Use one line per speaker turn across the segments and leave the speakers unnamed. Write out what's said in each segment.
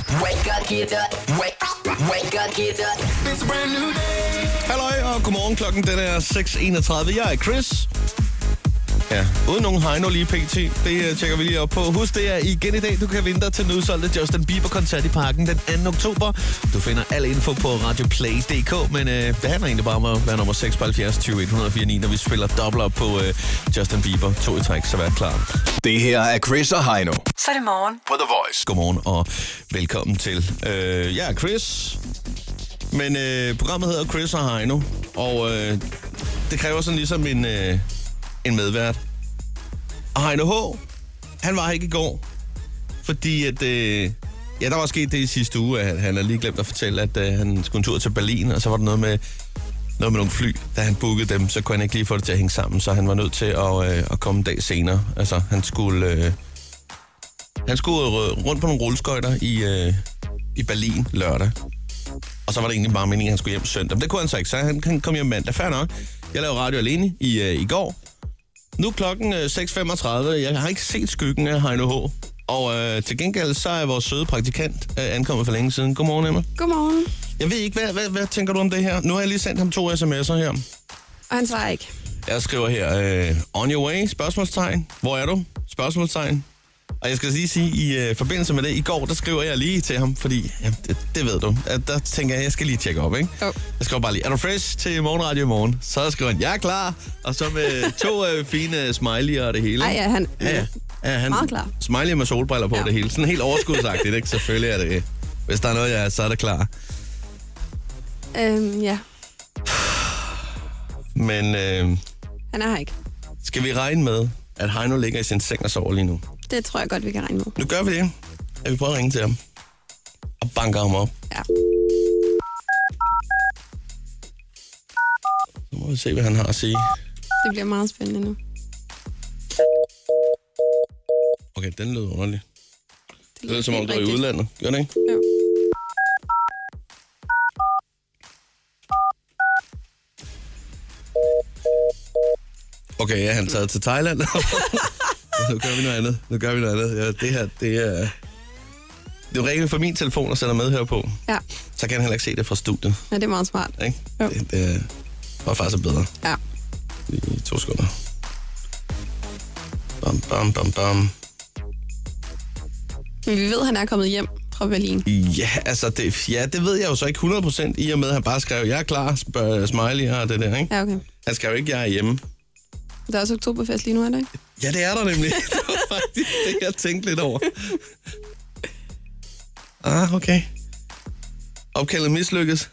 Wake up, get up. Wake, wake up, get up. It's a brand new day.
Halløj og godmorgen. Klokken den er 6.31. Jeg er Chris. Ja, uden nogen hegner lige pt. Det øh, tjekker vi lige op på. Husk, det er igen i dag, du kan vinde dig til nødsolgte Justin Bieber-koncert i parken den 2. oktober. Du finder al info på radioplay.dk, men øh, det handler egentlig bare om at være nummer 76 20 149, når vi spiller dobbler op på øh, Justin Bieber. To i træk, så vær klar.
Det her er Chris og Heino
Så er det morgen.
på The Voice.
Godmorgen og velkommen til. Øh, jeg er Chris, men øh, programmet hedder Chris og Heino, og øh, det kræver sådan ligesom en, øh, en medvært. Og Heino H., han var her ikke i går, fordi at, øh, ja, der var sket det i sidste uge, at han havde lige glemt at fortælle, at øh, han skulle en tur til Berlin, og så var der noget med, noget med nogle fly. Da han bookede dem, så kunne han ikke lige få det til at hænge sammen, så han var nødt til at, øh, at komme en dag senere. Altså, han skulle... Øh, han skulle øh, rundt på nogle rulleskøjter i, øh, i Berlin lørdag. Og så var det egentlig bare meningen, at han skulle hjem søndag. Men det kunne han så ikke, så han, han kom hjem mandag. Fair nok. Jeg lavede radio alene i, øh, i går. Nu er klokken øh, 6.35. Jeg har ikke set skyggen af Heino H. Og øh, til gengæld så er vores søde praktikant øh, ankommet for længe siden. Godmorgen, Emma.
Godmorgen.
Jeg ved ikke, hvad, hvad, hvad tænker du om det her? Nu har jeg lige sendt ham to sms'er her.
Og han svarer ikke.
Jeg skriver her, øh, on your way, spørgsmålstegn. Hvor er du? Spørgsmålstegn. Og jeg skal lige sige, i øh, forbindelse med det, i går, der skriver jeg lige til ham, fordi, ja, det, det ved du, at der tænker jeg, jeg skal lige tjekke op, ikke?
Jo.
Jeg skriver bare lige, er du fresh til morgenradio i morgen? Så skriver han, jeg er klar, og så med to øh, fine smiley og det hele.
Ej, ja, han...
Ja, ja. ja han,
Meget klar.
Smiley med solbriller på ja.
Ja.
det hele. Sådan helt overskudsagtigt, ikke? Selvfølgelig er det. Hvis der er noget, jeg er, så er det klar.
Øhm, ja,
Men øh,
han er her ikke.
skal vi regne med, at Heino ligger i sin seng og sover lige nu?
Det tror jeg godt, vi kan regne med.
Nu gør vi det, at vi prøver at ringe til ham. Og banker ham op.
Ja.
Så må vi se, hvad han har at sige.
Det bliver meget spændende nu.
Okay, den lød underlig. Det lød
lyder
som om,
helt
du var i
rigtigt.
udlandet. Gør det ikke?
Jo.
Okay, ja, han er taget til Thailand. nu gør vi noget andet. Nu gør vi noget andet. Ja, det her, det er... Du ringer fra min telefon og sender med her på.
Ja.
Så kan han heller ikke se det fra studiet.
ja, det er meget smart.
Ikke?
Jo.
Det, det var faktisk bedre.
Ja.
i to sekunder. Bam, bam, bam, bam.
Men vi ved, han er kommet hjem fra Berlin.
Ja, altså, det, ja, det ved jeg jo så ikke 100%, i og med, at han bare skrev, jeg er klar, sp- smiley og det der, ikke?
Ja, okay.
Han skrev ikke, jeg er hjemme.
Der er også oktoberfest lige nu, er der ikke?
Ja, det er der nemlig. det var faktisk det, jeg tænkte lidt over. Ah, okay. Opkaldet mislykkes.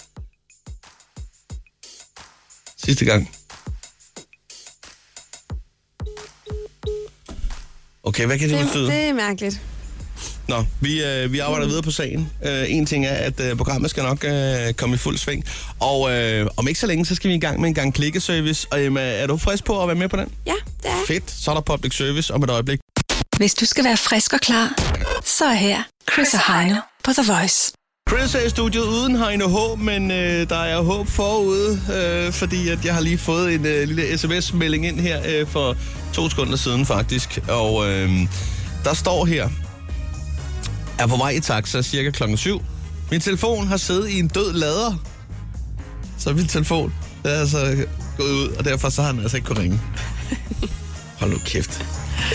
Sidste gang. Okay, hvad kan det, betyde?
Det, det er mærkeligt.
Nå, vi, øh, vi arbejder videre på sagen. Øh, en ting er, at øh, programmet skal nok øh, komme i fuld sving. Og øh, om ikke så længe, så skal vi i gang med en gang klikkeservice. Og Emma, er du frisk på at være med på den?
Ja, det er.
Fedt, så er der public service om et øjeblik.
Hvis du skal være frisk og klar, så er her Chris og Heino på The Voice.
Chris er i studiet uden Heino H., men øh, der er håb forude, øh, fordi at jeg har lige fået en øh, lille sms-melding ind her øh, for to sekunder siden faktisk. Og øh, der står her, er på vej i taxa cirka klokken 7. Min telefon har siddet i en død lader. Så min telefon den er altså gået ud, og derfor så har han altså ikke kunnet ringe. Hold nu kæft.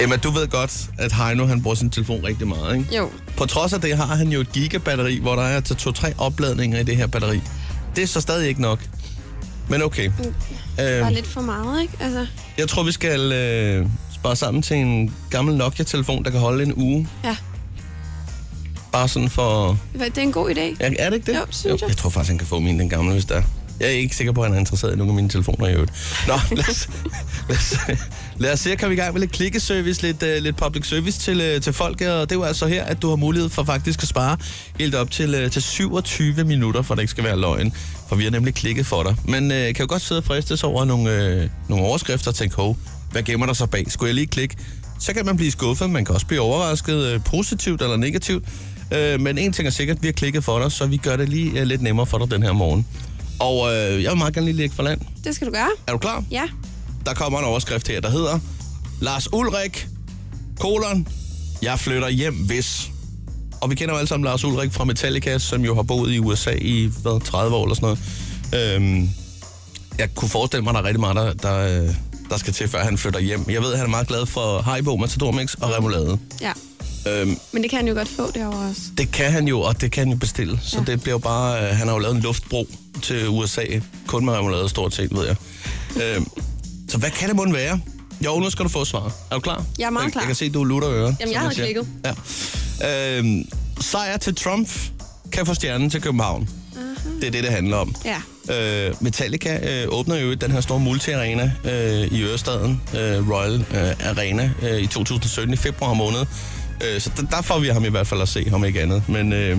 Emma, du ved godt, at Heino han bruger sin telefon rigtig meget, ikke?
Jo.
På trods af det har han jo et gigabatteri, hvor der er til to-tre opladninger i det her batteri. Det er så stadig ikke nok. Men okay.
Der er
Øh,
lidt for meget, ikke? Altså,
jeg tror, vi skal øh, spare sammen til en gammel Nokia-telefon, der kan holde en uge.
ja.
Bare sådan for...
Hvad, Det er en god idé.
Ja, er det ikke det?
Jo, synes jeg.
jeg tror faktisk, han kan få min, den gamle, hvis der er. Jeg er ikke sikker på, at han er interesseret i nogen af mine telefoner i øvrigt. Nå, lad os, lad os, lad os se, kan vi i gang med lidt klikkeservice, lidt, uh, lidt public service til, uh, til folk. Og det er jo altså her, at du har mulighed for faktisk at spare helt op til, uh, til 27 minutter, for det ikke skal være løgn. For vi har nemlig klikket for dig. Men uh, kan jo godt sidde og fristes over nogle, uh, nogle overskrifter og tænke, hov, hvad gemmer der sig bag? Skulle jeg lige klikke? Så kan man blive skuffet, man kan også blive overrasket uh, positivt eller negativt. Øh, men en ting er sikkert, vi har klikket for dig, så vi gør det lige øh, lidt nemmere for dig den her morgen. Og øh, jeg vil meget gerne lige lægge for land.
Det skal du gøre.
Er du klar?
Ja.
Der kommer en overskrift her, der hedder Lars Ulrik, kolon, jeg flytter hjem hvis. og vi kender jo alle sammen Lars Ulrik fra Metallica, som jo har boet i USA i hvad, 30 år eller sådan noget. Øhm, jeg kunne forestille mig, at der er rigtig meget, der, der, øh, der skal til, før han flytter hjem. Jeg ved, at han er meget glad for Haribo, Matador Mix og remoulade.
Ja.
Øhm,
Men det kan han jo godt få derovre også.
det kan han jo, og det kan han jo bestille. Så
Ja.
det bliver jo bare... Øh, han har jo lavet en luftbro til USA, kun med remoulade stort set, ved jeg. Øhm, så hvad kan det måtte være? Jo, nu skal du få svaret. Er du klar?
Jeg er meget
jeg,
klar.
Jeg kan se, at du lutter ører.
Jamen, jeg
som
havde
siger. Ja. Øhm, sejr til Trump kan få stjernen til København. Det er det, det handler om.
Ja.
Øh, Metallica øh, åbner jo den her store multiarena øh, i Ørestaden, øh, Royal øh, Arena, øh, i 2017 i februar måned. Øh, så d- der får vi ham i hvert fald at se, om ikke andet. Men øh,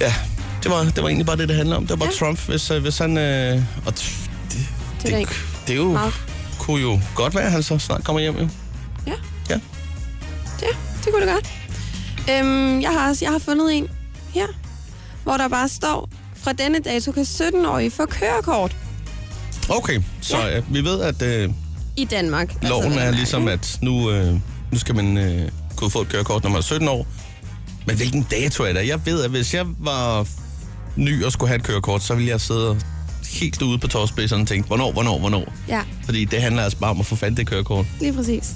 ja, det var, det var egentlig bare det, det handler om. Det var bare ja.
Ja.
Trump, hvis, øh, hvis han... Øh, og t- det,
er der
det,
ikke
det, er jo,
meget.
kunne jo godt være, at han så snart kommer hjem. Jo.
Ja,
Ja.
ja det kunne det godt. Øhm, jeg, har også, jeg har fundet en her, hvor der bare står, fra denne dato kan 17-årige få kørekort
Okay, så
Ja.
ja. øh, vi ved, at øh,
i Danmark. Altså,
loven
vel at
er
mærke,
ligesom,
ikke?
at nu, øh, nu skal man øh, kunne få et kørekort, når man er 17 år. Men hvilken dato er det? Jeg ved, at hvis jeg var ny og skulle have et kørekort, så ville jeg sidde helt ude på tårspidserne og tænke, hvornår, hvornår, hvornår?
Ja,
Fordi det handler altså bare om at få fandt det kørekort.
lige præcis.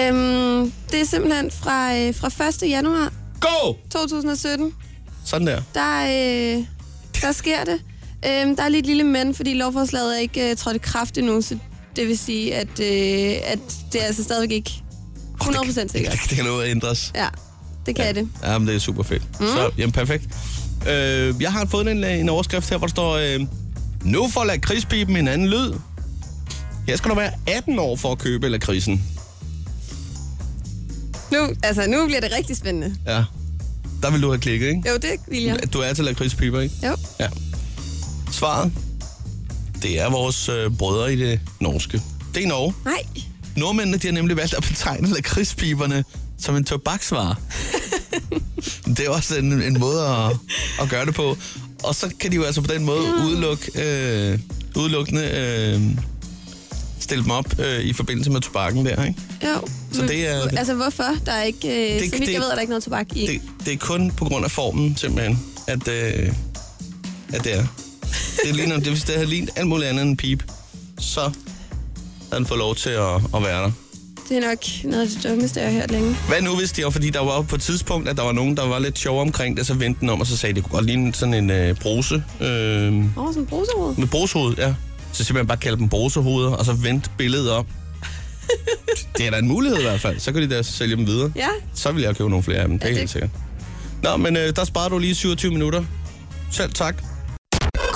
Øhm, det er simpelthen fra, øh, fra 1. januar
Go!
2017,
Sådan der.
der, øh, der sker det. Øhm, der er lige et lille men, fordi lovforslaget er ikke øh, trådt i kraft endnu, så det vil sige, at, øh, at det er altså stadigvæk ikke 100% sikkert.
Det, det kan nå at ændres.
Ja, det kan ja. det.
Ja, men det er super fedt. Mm. Så, jamen, perfekt. Øh, jeg har fået en, en overskrift her, hvor der står, øh, nu får lakridspipen en anden lyd. Her skal du være 18 år for at købe lakrisen.
Nu, altså, nu bliver det rigtig spændende.
Ja. Der vil du have klikket, ikke?
Jo, det vil jeg.
Du er til lakridspiber, ikke?
Jo,
Ja. Svaret, det er vores øh, brødre i det norske. Det er Norge.
nej.
Nordmændene de har nemlig valgt at betegne lakridspiberne som en tobaksvare. det er også en, en måde at, at gøre det på. Og så kan de jo altså på den måde udelukke, øh, udelukkende øh, stille dem op øh, i forbindelse med tobakken der, ikke?
Jo.
Så
Nu-
det er-
nu- Altså, hvorfor? Der er ikke... Øh,
Det-
det, så vidt
det-
jeg ved, er der ikke noget tobak i.
Det, det er kun på grund af formen, simpelthen, at, øh, at det er. Det ligner, det, hvis det havde lignet alt muligt andet end en pip, så havde den fået lov til at, at være der.
Det er nok noget af det dummeste, jeg har hørt længe.
Hvad nu hvis det var, fordi der var jo på et tidspunkt, at der var nogen, der var lidt sjov omkring det, så vendte den om, og så sagde, det kunne godt ligne sådan en øh, brose. Øh,
Åh, oh, sådan en bruserod.
med brosehoved, ja. Så simpelthen bare kalde dem brosehoveder, og så vendte billedet op. det er da en mulighed i hvert fald. Så kan de da sælge dem videre.
Ja.
Så vil jeg købe nogle flere af dem, det er
Ja, det-
helt sikkert. Nå, men øh, der sparer du lige 27 minutter. Selv tak.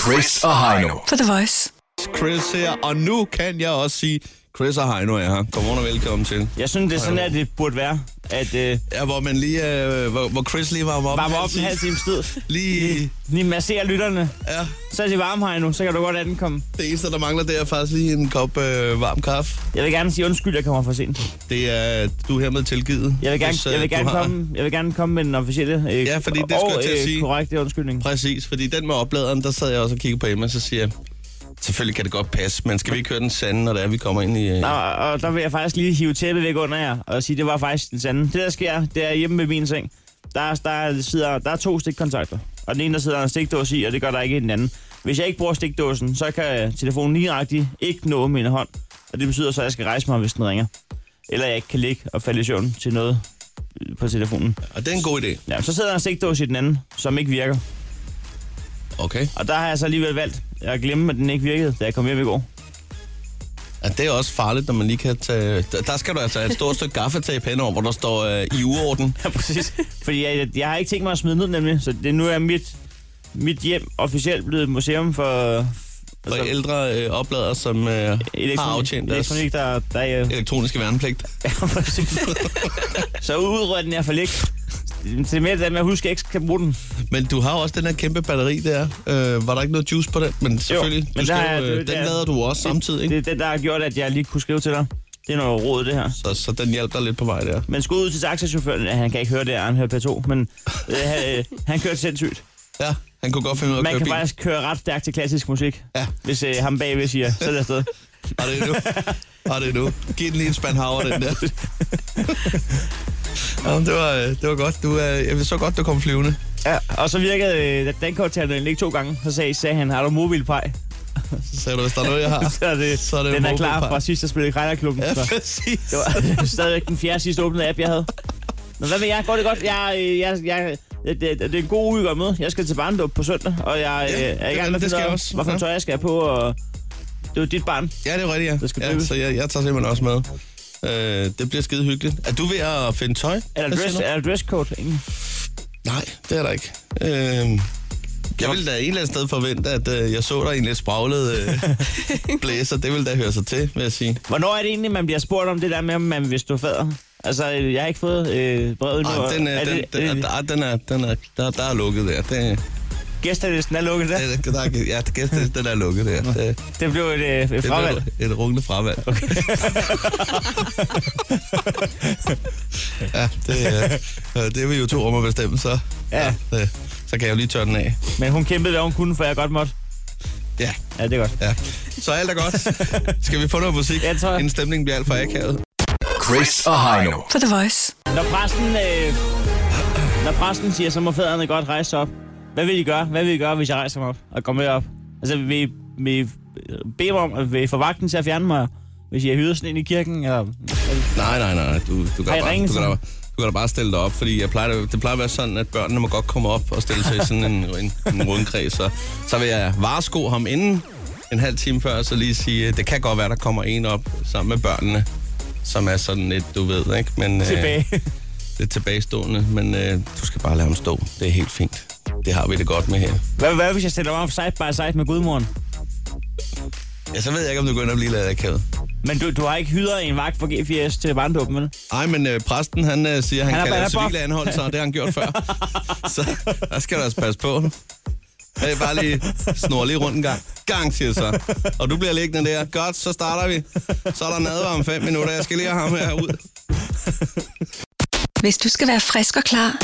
Chris og Heino.
På The Voice.
Chris her, og nu kan jeg også sige, Chris og Heino er her. Godmorgen og velkommen til.
Jeg synes, det er sådan, at det burde være, at øh,
Ja, hvor, man lige, øh, hvor, hvor Chris lige varmer op.
varme op en halv time tid.
Lige,
Lige massere lytterne.
ja.
Så er det varme her nu, så kan du godt ankomme.
Det eneste, der mangler, det er faktisk lige en kop øh, varm kaffe.
Jeg vil gerne sige undskyld, jeg kommer for sent.
Det er du er hermed tilgivet.
Jeg vil gerne,
hvis, øh,
jeg vil
du
gerne,
har-
komme, jeg vil gerne komme med den officielle øh,
Ja, fordi det skulle
og
jeg til at sige.
korrekte undskyldning.
Præcis, fordi den med opladeren, der sad jeg også og kiggede på Emma, så siger jeg, selvfølgelig kan det godt passe, men skal vi ikke høre den sande, når det er, vi kommer ind i... Øh...
Nå, og der vil jeg faktisk lige hive tæppet væk under jer og sige, det var faktisk den sande. Det, der sker, det er hjemme ved min seng. Der, der, sidder, der er to stikkontakter, og den ene, der sidder en stikdåse i, og det gør der ikke i den anden. Hvis jeg ikke bruger stikdåsen, så kan telefonen lige ikke nå min hånd, og det betyder så, at jeg skal rejse mig, hvis den ringer. Eller jeg ikke kan ligge og falde i søvn til noget øh, på telefonen.
Og det er en god idé.
Ja, så sidder der en stikdåse i den anden, som ikke virker.
Okay.
Og der har jeg så alligevel valgt at glemme, at den ikke virkede, da jeg kom hjem i går.
Og det er også farligt, når man lige kan tage... Der der skal du altså have et stort stykke gaffatape henover, hvor der står øh, i uorden.
Ja, præcis. Fordi jeg, jeg, jeg har ikke tænkt mig at smide ned, nemlig. Så det, nu er mit, mit hjem officielt blevet et museum for... altså,
For ældre øh, opladere, som øh, har aftjent deres
elektronik, der, der er...
elektroniske værnepligt.
Ja, præcis. så udrydden er for lidt. Det er mere det der med at huske, at jeg ikke kan bruge den.
Men du har jo også den her kæmpe batteri der. Øh, var der ikke noget juice på den? Men selvfølgelig,
men
du
der
skal, jo,
er- det
øh,
er jo
den
der-
lader du også samtidig, ikke?
Det er det, der har gjort, at jeg lige kunne skrive til dig. Det er noget råd, det her.
Så, så den hjalp dig lidt på vej der.
Men skud ud til taxachaufføren. Ja, Han kan ikke høre det, han hører P2, men øh, han, øh, han kørte sindssygt.
Ja, han kunne godt finde ud af at
Man
køre
kan
bil.
faktisk køre ret stærkt til klassisk musik,
Ja.
hvis øh, ham bagved siger, så er det afsted.
Og det er nu. Og det er nu. Giv den lige en spand havre, den der. Ja, det, var, øh, det var godt. Du, øh, jeg så godt, du kom flyvende.
Ja, og så virkede øh, dankortterminalen ikke to gange. Så sagde, sagde han, har du mobilpej?
Så sagde du, hvis der er noget, jeg har.
Så, det,
Så er det
så det den er klar
MobilePay.
fra sidst, jeg spillede i Krejlerklubben.
Ja,
så.
præcis.
Det var stadigvæk den fjerde sidste åbnede app, jeg havde. Nå, hvad med jer? Går det godt? Jeg, øh, jeg, jeg, det, det, det er en god uge at møde. Jeg skal til barndåb på søndag, og jeg øh, er i
det-
gang med
det
at
skal
finde
jeg
ud af,
også.
hvorfor
Ja.
tøj jeg skal have på. Og det er jo dit barn.
Ja, det er rigtigt, ja.
Det skal
ja
bygges.
så jeg, jeg tager simpelthen også med. Øh, det bliver skide hyggeligt. Er du ved at finde tøj?
Er der,
Hvad siger
dress,
du?
er der dresscode? Ingen.
Nej, det er der ikke. Øh, jeg ville da en eller anden sted forvente, at øh, jeg så dig i en lidt spraglet øh, blæser. Det ville da høre sig til, vil jeg sige.
Hvornår er det egentlig, man bliver spurgt om det der med, om man vil stå fader? Altså, øh, jeg har ikke fået øh, brevet endnu.
Ej,
og-
den,
er
øh, den,
det, er
den,
det,
ah, den, er, den er, der, der er lukket der. Øh, Det,
gæstelisten er lukket der.
det, der er, ja, det, gæst- den er lukket der. Det, det,
Det blev et, øh, et
er
fravalg.
et rungende fravalg. Okay. ja, det, øh, øh, det er vi jo to om at bestemme, så,
Ja,
øh, så kan jeg jo lige tørre den af.
men hun kæmpede, hvad hun kunne, for jeg godt måtte.
Ja,
Ja, det er godt.
ja. Så alt er godt. Skal vi få noget musik?
Ja, det tror jeg.
Inden stemningen bliver alt for akavet.
Chris Ahino.
På The Voice.
Når præsten, øh, når præsten siger, så må fædrene godt rejse sig op. Hvad vil I gøre? Hvad vil I gøre, hvis jeg rejser mig op og går med op? Altså, vil I, vil I øh, bede mig om, at vil I få vagten til at fjerne mig, hvis jeg hyder sådan ind i kirken? Eller?
Nej, nej, nej. Du, du, kan,
Har I
bare,
ringet
du, kan, da,
sådan?
du kan da bare stille dig op, fordi jeg plejer, det plejer at være sådan, at børnene må godt komme op og stille sig i sådan en, en, en rundkreds. Så, så vil jeg varesko ham inden en halv time før, og så lige sige, øh, det kan godt være, der kommer en op sammen med børnene, som er sådan lidt, du ved, ikke? Men, øh,
Tilbage.
Lidt tilbagestående, men øh, du skal bare lade ham stå. Det er helt fint. Det har vi det godt med her.
Hvad, hvad hvis jeg stiller mig op side by side med gudmoren?
Ja, så ved jeg ikke, om du går ind og bliver lavet akavet.
Men du, du har ikke hyret en vagt for G4S til barndåben, vel?
Ej, men øh, præsten, han øh, siger, han,
Han er
han kan
bare-
lave
han er bare-
civile anholdelser, og det har han gjort før. så der skal du altså passe på. Øh, bare lige snor lige rundt en gang. Gang, siger så. Og du bliver liggende der. Godt, så starter vi. Så er der nadvar om fem minutter. Jeg skal lige have ham her ud.
Hvis du skal være frisk og klar,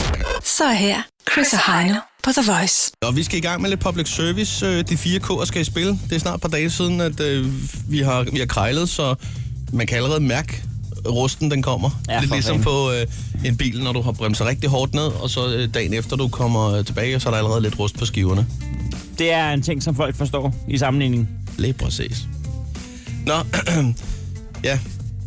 så er her Chris og Heino på The Voice.
Og vi skal i gang med lidt public service. Øh, De fire K'er skal i spil. Det er snart et par dage siden, at øh, vi, har, vi har krejlet, så man kan allerede mærke rusten, den kommer.
Ja,
lidt
for
ligesom
fanden.
på øh, en bil, når du har bremset rigtig hårdt ned, og så øh, dagen efter du kommer øh, tilbage, så er der allerede lidt rust på skiverne.
Det er en ting, som folk forstår i sammenligningen.
Lige præcis. Nå, ja.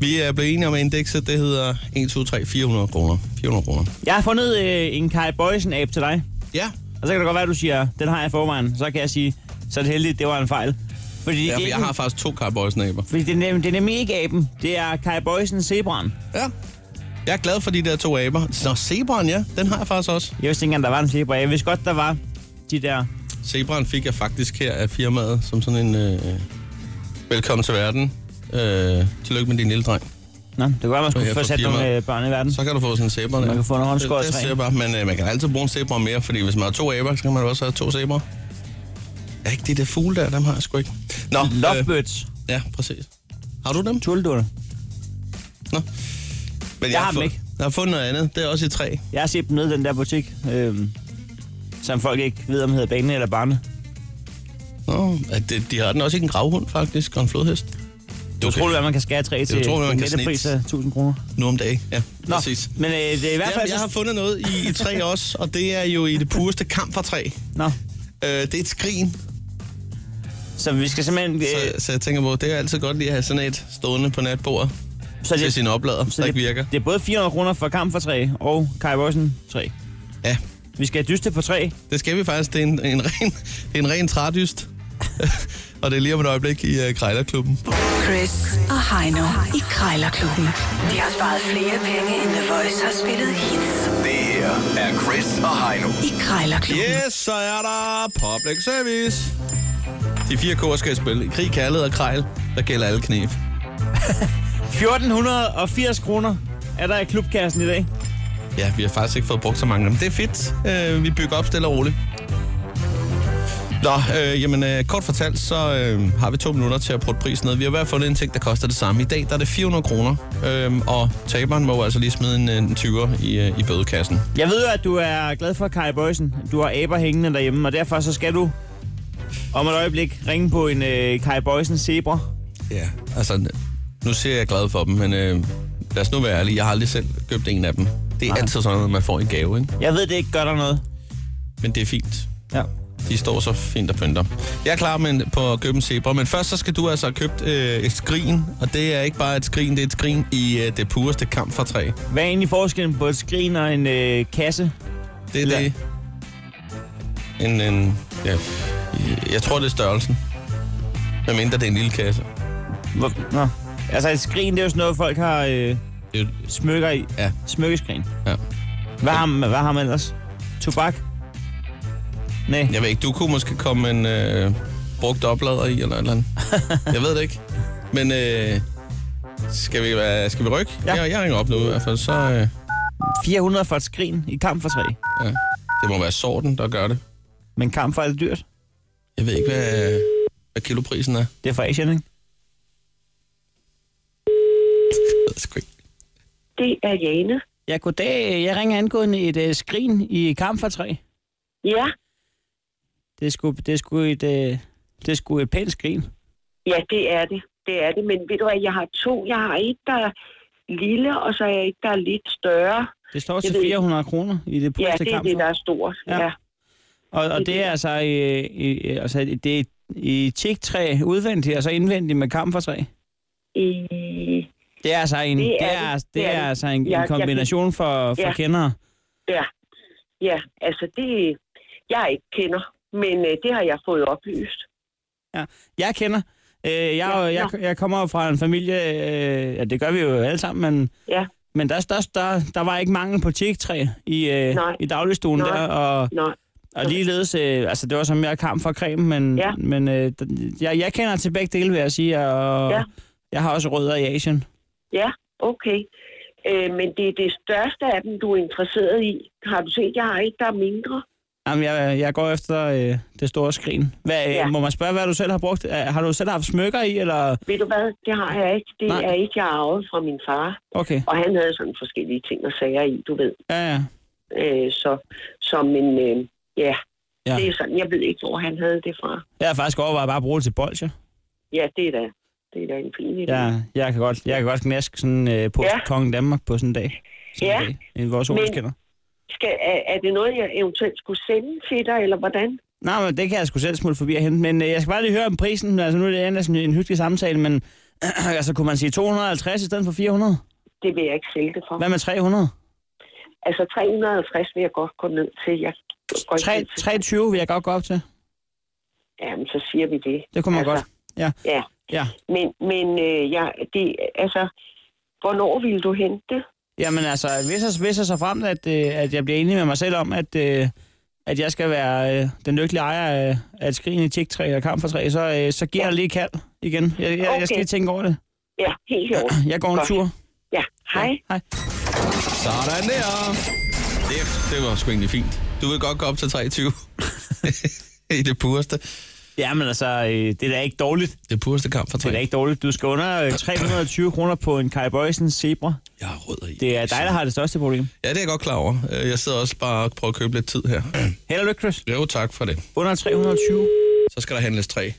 Vi er blevet enige om at indekset. Det hedder 1, 2, 3, 400 kroner. 400 kroner.
Jeg har fundet øh, en Kai Bøjsen-abe til dig.
Ja,
Og så kan det godt være, at du siger, den har jeg i forvejen. Så kan jeg sige, så er det heldigt, det var en fejl. Fordi,
ja for jeg har faktisk to cowboysnæber.
fordi det, er nem, det er nemlig ikke aben. Det er Kai Bøjsen zebraen.
Ja. Jeg er glad for de der to aber. Nå, zebraen, ja. Den har jeg faktisk også.
Jeg vidste ikke engang, der var en zebra. Jeg vidste godt, der var de der...
Zebraen fik jeg faktisk her af firmaet som sådan en øh, velkommen til verden. Øh, tillykke med din lille dreng.
Nå, det kunne være, man
her
skulle få
fra
sat nogle
firmaet.
øh, børn i verden.
Så kan du få sådan en zebra der.
Man kan få en håndskåret
Det- det
træ.
er zebra, men øh, man kan altid bruge en zebra mere, fordi hvis man har to aber, så kan man også have to zebraer. Ja, ikke de der fugle der, dem har jeg sgu ikke. Nå, øh,
Lovebirds.
ja, præcis. Har du dem?
Tulledutter.
Nå. Men jeg,
har dem
fund-
ikke.
Jeg har fundet noget andet. Det er også i træ.
Jeg har set dem nede i den der butik, øh, som folk ikke ved, om hedder Bane eller Barne.
Nå, at det, de har den også i en gravhund, faktisk, og en flodhest.
Du okay. tror, at man kan skære træ til
utroligt, hvad
en
man kan
nettepris
snit.
af 1000 kroner.
Nu om dagen, ja,
Nå,
præcis.
men øh, det er i hvert
Jamen,
fald...
jeg har
så...
fundet noget i, i træ også, og det er jo i det pureste kamp for træ.
Nå,
Øh, det er et skrin,
så vi skal simpelthen... Øh,
så, så jeg tænker på, det er altid godt lige at have sådan et stående på natbordet
så
til sin oplader, så der
det,
ikke virker.
det er både 400 kroner for kamp for 3 og Kai Boysen 3.
Ja,
Vi skal dyste på 3.
det skal vi faktisk. Det er en, en, ren, det er en ren trædyst. og det er lige om et øjeblik i uh, Krejlerklubben.
Chris
Og Heino i Krejlerklubben.
De har sparet flere penge, end The Voice har spillet hits
Det her er Chris Ahino.
I Krejlerklubben.
Yes, så er der public service. De fire kår skal i spil. I krig, kærlighed og krejl, der gælder alle knep.
1480 kroner er der i klubkassen i dag.
Ja, vi har faktisk ikke fået brugt så mange af dem. Det er fedt. Øh, vi bygger op stille og roligt. Nå, øh, jamen øh, kort fortalt, så øh, har vi to minutter til at prøve prisen ned. Vi har i hvert fald fundet en ting, der koster det samme. I dag der er det 400 kroner, øh, og taberen må jo altså lige smide en, øh, en 20'er i, øh, i bødekassen.
Jeg ved jo, at du er glad for Kai Boysen. Du har aber hængende derhjemme, og derfor så skal du om et øjeblik ringe på en øh, Kai Boysen zebra.
Ja. Altså, nu ser jeg glad for dem, men øh, lad os nu være ærlige. Jeg har aldrig selv købt en af dem. Det er altid sådan noget, man får en gave, ikke?
Jeg ved, det ikke gør dig noget.
Men det er fint.
Ja.
De står så fint og pynter. Jeg er klar med, på at købe en zebra, men først så skal du altså have købt øh, et skrin, og det er ikke bare et skrin, det er et skrin i øh, det pureste kamp for træ.
Hvad er egentlig forskellen på et skrin og en øh, kasse?
Det er
Eller-
det. En, en, ja. Jeg tror, det er størrelsen. Hvad mindre det er en lille kasse.
Hvor, nå. Altså et skrin, det er jo sådan noget, folk har øh,
Det er, jo-
smykker i.
ja,
Smykkeskrin.
ja.
Hvad har, man- hvad har man ellers? Tobak? Nej.
Jeg ved ikke, du kunne måske komme en øh, brugt oplader i, eller et eller andet. Jeg ved det ikke. Men øh, skal, vi, være- skal vi rykke?
Ja.
Jeg, jeg ringer op nu i hvert fald, så... Øh,
400 for et skrin i kamp for tre.
ja. Det må være sorten, der gør det.
Men kamp for alt er dyrt.
Jeg ved ikke, hvad, hvad kiloprisen er.
Det er fra Asien, ikke?
Jeg ved det sgu ikke.
Det er Jane.
Ja, goddag. Jeg ringer angående et øh, skrin i kamp for tre.
Ja,
Det er sgu, det er sgu et, øh, det er sgu et pænt skrin.
ja, det er det. Det er det, men ved du hvad, jeg har to. Jeg har et, der er lille, og så er jeg et, der er lidt større.
Det står til
ved jeg
400 kroner i det
Ja,
pureste
det er
kamp.
det, der er stort.
Ja.
Ja. ja.
Og,
det er
og det er
det.
altså, øh, øh, øh, altså det er i teaktræ udvendigt, altså indvendigt med kamp for træ.
I,
Det er altså en, det
Det
er,
er
det
det. Det
er, det
er
er
det.
altså en,
Jeg-
en
jeg
kombination for, for
Ja.
kendere.
ja. ja, altså det, jeg ikke kender, men øh, det har jeg fået oplyst.
Jeg kender. Øh, jeg,
Ja,
ja, jeg, jeg, kommer jo fra en familie, øh, ja, det gør vi jo alle sammen, men,
Ja,
men der, der, der, der var ikke mangel på teaktræ i, øh,
Nej.
i dagligstuen
Nej.
der, og,
nej.
og ligeledes, øh, altså det var som mere kamp for creme, men,
Ja.
men øh, d- jeg, jeg kender til begge dele, vil jeg sige, og
Ja.
jeg har også rødder i Asien.
Ja, okay. Øh, men det er det største af dem, du er interesseret i. Har du set, jeg har et, der er mindre?
Jamen, jeg, jeg går efter øh, det store skrin. Hvad, øh,
Ja.
Må man spørge, hvad du selv har brugt? Er- Har du selv haft smykker i, eller?
Ved du hvad, det har jeg ikke. Det
Nej.
er et, jeg har arvet fra min far.
Okay,
Og han havde sådan forskellige ting og sager i, du ved.
ja, ja.
Øh, så som en, øh, ja,
Ja.
ja, det er sådan, jeg ved ikke, hvor han havde det fra.
Jeg har faktisk overvejet bare at bruge det til bolcher.
Ja, det er da, det er da en fin idé.
Ja, jeg kan godt, jeg kan godt knæske sådan øh, på ja.
Ja.
kongen Danmark på sådan en dag. Sådan
Ja.
en dag, inden vores
Men-
solen skinner.
Skal, er, er det noget, jeg eventuelt skulle sende til dig, eller hvordan?
Nej, men det kan jeg sgu selv smutte forbi og hente. Men øh, jeg skal bare lige høre om prisen. Altså, nu er det næsten en hyggelig samtale, men altså, kunne man sige 250 i stedet for 400?
Det vil jeg ikke sælge det for.
Hvad med 300?
Altså 350 vil jeg godt gå ned til. Jeg går ikke
3,
ned til-
320 vil jeg godt gå op til.
Jamen, så siger vi det.
Det kunne man
altså,
godt. Ja.
Ja,
Ja.
men, men øh, ja, det, altså, hvornår ville du hente det?
Jamen altså, hvis jeg, hvis jeg så frem, at, øh, at jeg bliver enig med mig selv om, at, øh, at jeg skal være øh, den lykkelige ejer af, af et skrin i tægtræ og kamp for træ, så, øh, så giver jeg lige et kald igen. Jeg, jeg, okay. jeg
Okay.
skal lige tænke over det.
Ja, helt i orden.
Jeg går en
Godt.
tur.
Ja, hej.
Hej.
Sådan der. Det, det var sgu egentlig fint. Du vil godt gå op til 23. I det pureste,
Jamen altså, øh, det er da ikke dårligt.
det pureste kamp for
Det er da
træ.
ikke dårligt. Du skal under øh, 320 kroner på en Kai Bøjsen Zebra.
Jeg har rødder i.
Det er dig, der har det største problem.
Ja, det er jeg godt klar over. Øh, Jeg sidder også bare og prøver at købe lidt tid her.
Held og lykke, Chris.
Jo, tak for det.
Under 320.
Så skal der handles træ.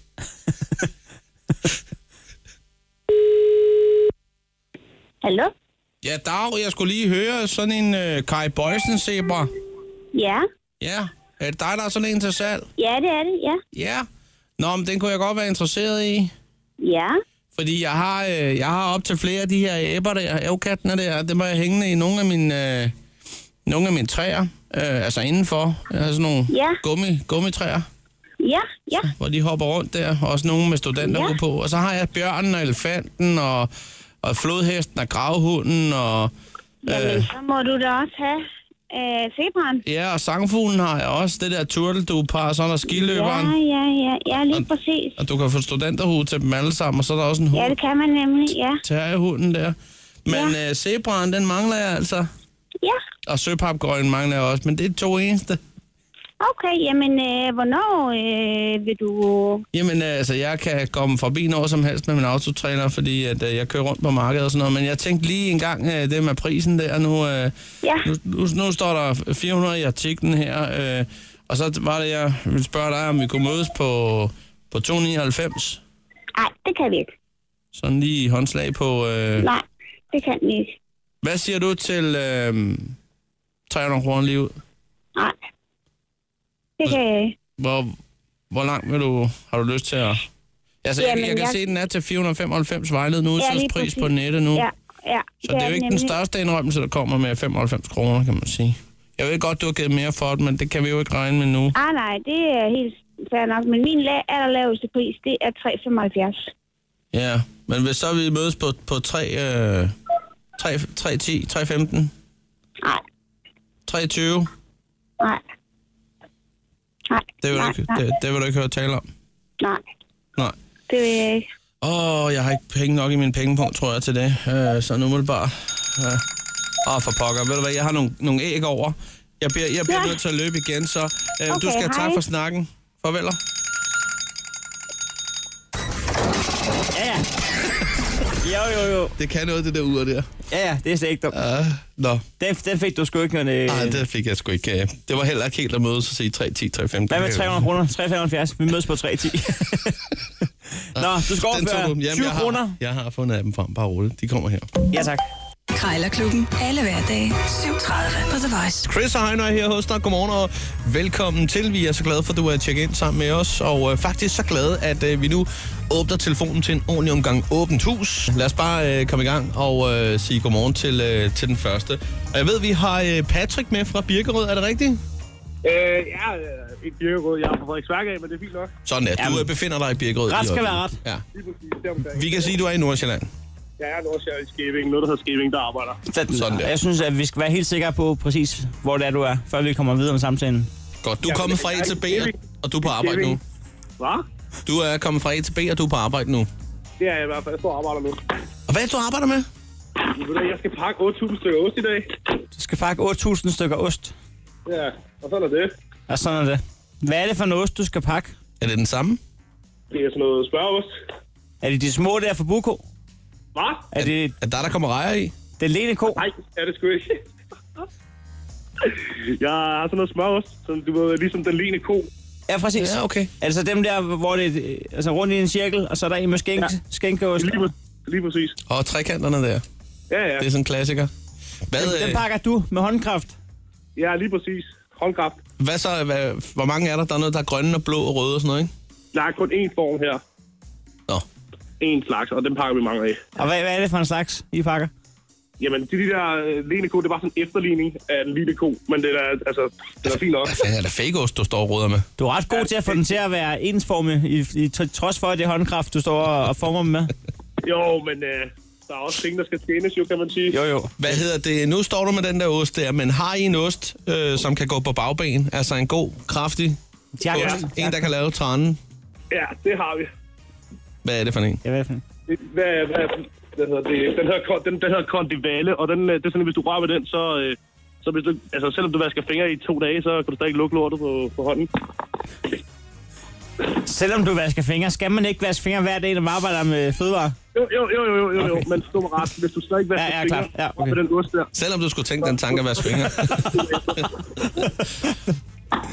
Hallo?
Ja, Dag, jeg skulle lige høre sådan en øh, Kai Bøjsen zebra.
Ja,
Ja, er det dig, der er sådan en til salg?
ja det er det, ja.
Ja. Nå, men den kunne jeg godt være interesseret i.
Ja,
Fordi jeg har, øh, jeg har op til flere af de her æbber der, ævkattene der, dem har jeg hængende i nogle af mine, øh, nogle af mine træer. Øh, altså indenfor. Jeg har sådan nogle
Ja.
gummi, gummitræer,
ja, ja,
hvor de hopper rundt der. Også nogle med studenter ja. på. Og så har jeg bjørnen og elefanten og, og flodhesten og gravhunden og... Øh.
jamen så må du da også have øh, zebraen.
Ja, og sangfuglen har jeg også. Det der turtledupar, og så er der skiløberen.
Ja, ja, ja, ja, lige præcis.
Og du kan få studenterhue til dem alle sammen, og så er der også en hund.
Ja, det kan man nemlig, ja.
terrierhunden der. Men ja. øh, zebraen, den mangler jeg altså.
Ja,
Og søpapgrønnen mangler jeg også, men det er to eneste.
okay, jamen øh, hvornår øh, vil du...
Jamen, øh, altså, jeg kan komme forbi når som helst med min autotrailer, fordi at, øh, jeg kører rundt på markedet og sådan noget. Men jeg tænkte lige en gang, øh, det med prisen der. Nu, øh,
Ja,
nu, nu, nu står der 400 i artiklen her, øh, og så var det, jeg ville spørge dig, om vi kunne mødes på, på 299.
nej, det kan vi ikke.
Sådan lige håndslag på... Øh,
Nej, det kan vi ikke.
Hvad siger du til, øh, 300 kroner lige ud.
Nej. Det kan jeg
Altså,
ikke.
Hvor, hvor langt vil du, har du lyst til at... Altså, Jamen,
Jamen,
jeg, jeg kan
jeg-
jeg... se, at den er til 495 vejled nu,
lige
pris på
præcis.
nettet nu.
Ja, ja.
Så det er jo ikke den største indrømmelse, der kommer med 95 kroner, kan man sige. Jeg ved godt, du har givet mere for det, men det kan vi jo ikke regne med nu.
Ah, nej, det er helt fair nok. Men min la- allerlaveste pris, det er 3,75.
Ja, men hvis så vi mødes på, på 3, øh, 3, 3, 10, 3, 15,
Nej,
3, 20,
nej. Nej,
det vil, du
nej,
ikke,
nej,
det, det vil du ikke høre tale om.
nej,
Nej.
det vil jeg ikke.
Åh, oh, jeg har ikke penge nok i min pengepunkt, tror jeg, til det. Øh, sådan umiddelbart. Ja. Åh, for pokker. Ved du hvad, jeg har nogle, nogle æg over. Jeg bliver, jeg bliver
Ja.
nødt til at løbe igen, så øh, okay,
Okay,
du skal tak
hej.
for snakken. Farvel.
Ja, ja. Jo, jo, jo.
Det kan noget, det der ur der.
Ja, ja, det er slet ikke dumt.
Uh, nå,
Den, den fik du sgu ikke. Men, øh,
Ej, det fik jeg sgu ikke. øh. Det var heller ikke helt at mødes og sige 3, 10, 3, 15.
Hvad med 300 kroner? 375. Vi mødes på 310. Nå, du skal
Den tog
overføre
du. Jamen,
20
jeg har-
øh, kroner.
Jeg har fundet af dem frem. Bare roligt. De kommer her.
Ja, tak.
Krejlerklubben. Alle hverdage 7.30 på The Voice.
Chris og Heino er her hos dig. Godmorgen og velkommen til. Vi er så glade for, at du er tjekket ind sammen med os. Og øh, faktisk så glade, at øh, vi nu åbner telefonen til en ordentlig omgang åbent hus. Lad os bare øh, komme i gang og øh, sige godmorgen til, øh, til den første. Og jeg ved, vi har øh, Patrick med fra Birkerød. Er det rigtigt?
Øh, ja, øh, ikke Birkerød. Jeg er fra Frederiksværk af, men det er fint nok.
Sådan er. Du
Jamen.
øh, befinder dig i Birkerød.
Ret
i
skal
øjeblikket.
være ret.
Ja.
Lige præcis deromkring.
Vi kan sige, at du er i Nordsjælland.
Jeg er nordsjælland i Skæving. Noget, der hedder Skæving, der arbejder.
Sådan,
Sådan der.
Jeg synes, at vi skal være helt sikre på præcis, hvor det er, du er, før vi kommer videre med samtalen.
Godt. Du er
Jamen,
kommet fra A
jeg er
til B,
i
og-
Skæving.
og du er på
I
arbejde
Skæving.
nu.
Hva?
Du er kommet fra A til B, og du er på arbejde nu.
Det er jeg i hvert fald. Jeg står og arbejder nu.
Og hvad er det, du arbejder med?
Men Ved du, hvad, jeg skal pakke 8.000 stykker ost i dag.
Du skal pakke 8.000 stykker ost.
Ja, og sådan er det.
Og sådan er det. Hvad er det for en ost, du skal pakke?
Er det den samme?
Det er sådan noget spørgeost.
Er det de små der fra Buko?
Hva?
Er det
Er der, der kommer rejer i?
den lene ko?
Nej, er det sgu ikke. jeg har sådan noget smørost, som du ved, ligesom den lignende ko.
Ja, præcis.
Ja, okay.
Er det så dem der, hvor det er øh, altså rundt i en cirkel, og så er der en med skænke, ja. skænkeost?
Lige, præ- lige præcis.
Og trekanterne der.
Ja, ja.
Det er sådan en klassiker. Hvad,
Den
øh,
pakker du med håndkraft.
Ja, lige præcis. Håndkraft.
hvad så? Hvad, hvor mange er der? Der er noget, der er grønne og blå og røde og sådan noget, ikke?
Der er kun én form her.
Nå.
En slags, og den pakker vi mange af.
Og hvad, hvad er det for en slags, I pakker?
Jamen, de, de der øh, lene ko, det var sådan en efterligning af en lille ko, men det er altså, det er fint nok.
Hvad fanden er det fakeost, du står og råder med?
Du er ret god til at få den til at være ensformig, i, i, tr- trods for, at det er håndkraft, du står og, og former dem med.
Jo, men øh, der er også ting, der skal tjenes jo, kan man sige.
Jo, jo.
Hvad hedder det? Nu står du med den der ost der, men har I en ost, øh, som kan gå på bagben? Altså en god, kraftig
De har
ost?
godt-
En, der kan lave tranen?
Ja, det har vi.
Hvad er det for en?
Ja, hvad for en?
Hvad, hvad, hvad hedder det? Den hedder, kon- den, den hedder kondivale, og den, øh, det er sådan, at hvis du rører ved den, så... Øh, så hvis du, altså, selvom du vasker fingre i to dage, så kan du stadig lukke lortet på, på hånden.
Selvom du vasker fingre, skal man ikke vaske fingre hver dag, når man arbejder med fødevarer?
Jo, jo, jo, jo, jo, jo, jo. men stå mig ret. Hvis du stadig vasker
Ja, ja,
fingre
klart. Ja, okay.
rør ved den ost der,
Selvom du skulle tænke den tanke at være svinger.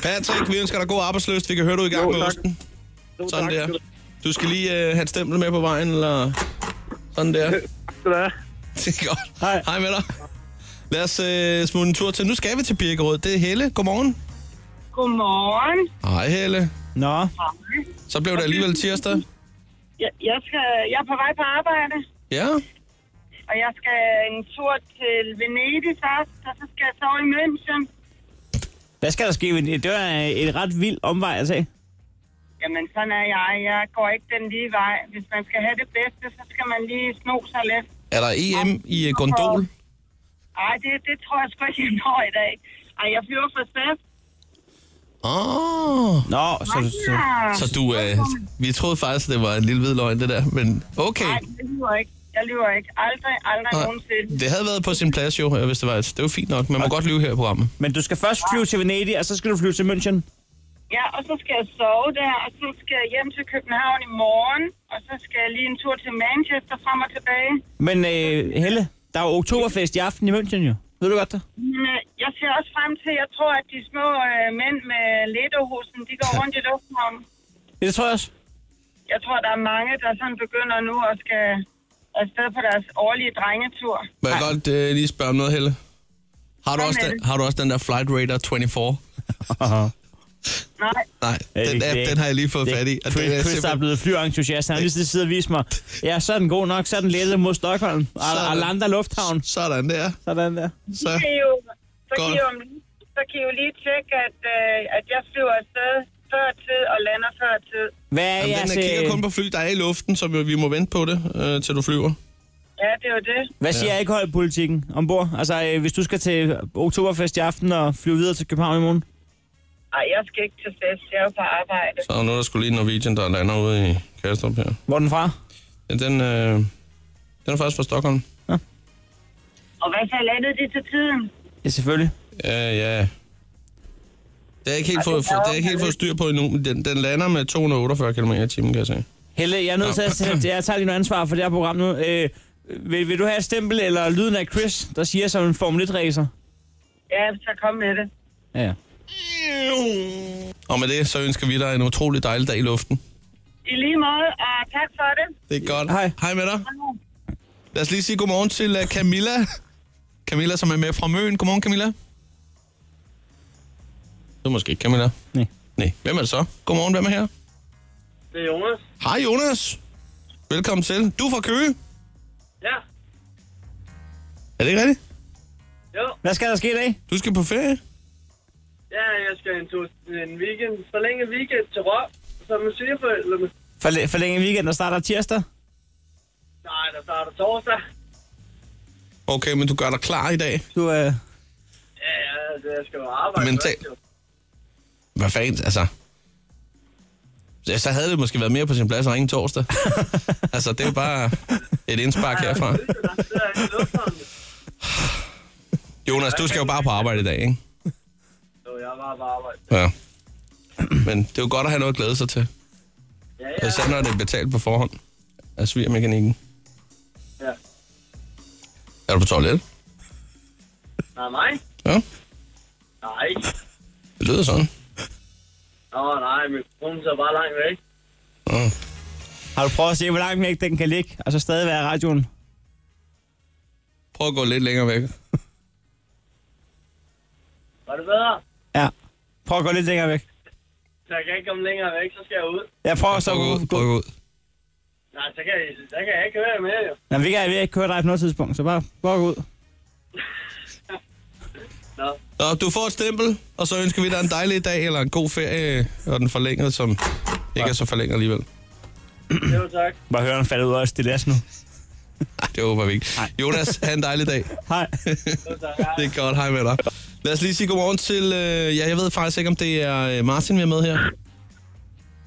Patrick, vi ønsker dig god arbejdsløst. Vi kan høre, du er i gang
Jo,
med
tak.
osten.
Jo,
Sådan
tak.
der. Du skal lige øh, have et stempel med på vejen, eller sådan der.
Skal du have.
Det er godt.
Hej.
Hej med dig. Lad os øh, smutte en tur til. Nu skal vi til Birkerød. Det er Helle. Godmorgen.
Godmorgen.
Hej Helle.
Nå,
Så blev det alligevel tirsdag.
Jeg, jeg, skal, jeg er på vej på arbejde,
Ja.
og jeg skal en tur til Venedig først, og så skal jeg sove i München.
hvad skal der ske? ved det? Det var et ret vildt omvej at tage.
Jamen, sådan er jeg. Jeg går ikke den lige vej. Hvis man skal have det bedste, så skal man lige sno sig lidt.
Er der EM i øh, gondol?
Ej, det, det tror jeg sgu ikke, jeg når i dag. Ej, jeg flyver for SAS.
Åh. Oh.
Nå, så, så,
Ja.
Så du, øh, vi troede faktisk, det var en lille hvid løgn, det der. Men okay.
Nej, jeg lyver ikke. Jeg lyver ikke. Aldrig, aldrig
Nej.
nogensinde.
Det havde været på sin plads jo, øh, hvis det var. Det var fint nok. Man må godt lyve her i programmet.
Men du skal først flyve til Venedig, og så skal du flyve til München.
Ja, og så skal jeg sove der, og så skal jeg hjem til København i morgen, og så skal jeg lige en tur til Manchester frem og tilbage.
Men øh, Helle, der er jo oktoberfest i aften i München jo. Ved du godt det?
Men øh, jeg ser også frem til, jeg tror, at de små øh, mænd med ledohusen, de går rundt i lufthavnen.
Det tror jeg også.
Jeg tror, der er mange, der sådan begynder nu at skal afsted på deres årlige drengetur.
Må jeg godt øh, lige spørge om noget, Helle? Har du,
Hej,
også den,
Mette.
har du også den der Flight Radar 24?
Nej.
Nej, den, app, den har jeg lige fået fat i. og
Chris,
den er
Chris der er
simpelthen-
blevet flyentusiast. Han har lige siddet og vist mig, ja, så er den god nok, så er den lettet mod Stockholm.
Sådan.
Al- Arlanda Lufthavn.
Sådan der.
Sådan der.
Så kan I jo, så kan I
Godt.
jo, så kan I jo lige tjekke, at, øh, at jeg flyver afsted før tid og lander før tid.
Hvad er
Jamen,
jeres,
altså,
den er kigger
øh,
kun på fly, der er i luften, så vi vi må vente på det, øh, til du flyver.
Ja, det er jo det.
Hvad siger ja. alkoholpolitikken ombord? Altså, øh, hvis du skal til oktoberfest i aften og flyve videre til København i morgen?
Ej, jeg skal ikke til fest. Jeg er jo på arbejde.
Så er der noget, der skulle lige Norwegian, der lander ude i Kastrup her.
Hvor er den fra?
Ja, den, øh, den er faktisk fra Stockholm.
Og hvad så landede de til tiden?
Ja, selvfølgelig.
Ja, ja. Det er jeg ikke helt
Ej,
fået,
det er
det er jeg ikke helt
jo-
fået styr på endnu. men Den, den lander med 248 km i timen, kan jeg sige.
Helle, jeg er nødt til at sætte, jeg tager lige noget ansvar for det her program nu. Øh, vil, vil du have et stempel eller lyden af Chris, der siger som en Formel 1-racer?
Ja, så kom med det.
Ja.
Og med det, så ønsker vi dig en utrolig dejlig dag i luften.
I lige måde, og tak for det.
Det er godt. Hej. Hej med dig. Lad os lige sige godmorgen til øh, Camilla. Camilla, som er med fra Møn. Godmorgen, Camilla. Det er måske ikke Camilla.
Nej.
Nej. Hvem er det så? Godmorgen, hvem er her?
Det er Jonas.
Hej, Jonas. Velkommen til. Du er fra Køge.
Ja.
Er det ikke rigtigt?
Jo.
Hvad skal der ske i dag?
Du skal på ferie.
Ja, jeg skal en, tur, en weekend, forlænge weekend til Rom, som museeforældrene.
Forlæ- forlænge weekenden, der starter tirsdag.
Nej, der starter torsdag.
Okay, men du gør dig klar i dag.
Du, øh,
Ja, ja, altså, jeg skal jo arbejde.
Mentalt.
først, jo.
Hvad fanden, altså... Ja, så havde det måske været mere på sin plads at ringe torsdag. altså, det er jo bare et indspark herfra. Jonas, du skal jo bare på arbejde i dag, ikke?
Så jeg var bare arbejde.
Ja. Men det er jo godt at have noget at glæde sig til.
Ja,
Ja. Især når det er betalt på forhånd af svigermekanikken.
ja.
Er du på toilet?
Nej, mig?
Ja,
Nej.
det lyder sådan.
Nå, nej, min kone så bare langt væk.
Ja.
har du prøvet at se, hvor langt væk den kan ligge, og så stadig være i radioen?
Prøv at gå lidt længere væk.
Var det bedre?
Ja. Prøv at gå lidt længere væk.
Så jeg kan ikke komme længere væk, så skal jeg ud.
Jeg prøver så
Prøv
at
at gå ud.
gå.
Prøv at gå ud.
Nej, så kan jeg, så kan jeg ikke høre mere, jo.
Nå, vi kan vi kan ikke køre dig på noget tidspunkt, så bare, bare gå ud.
Nå.
Nå, du får et stempel, og så ønsker vi dig en dejlig dag, eller en god ferie, og den forlængede, som ikke er så forlænget alligevel.
Jo, tak.
Bare høre, han falder ud af et stilas nu.
Ej, det håber vi ikke. Jonas, have en dejlig dag.
Hej.
Det er godt, hej med dig. Lad os lige sige godmorgen til, øh, ja, jeg ved faktisk ikke, om det er øh, Martin, vi er med her.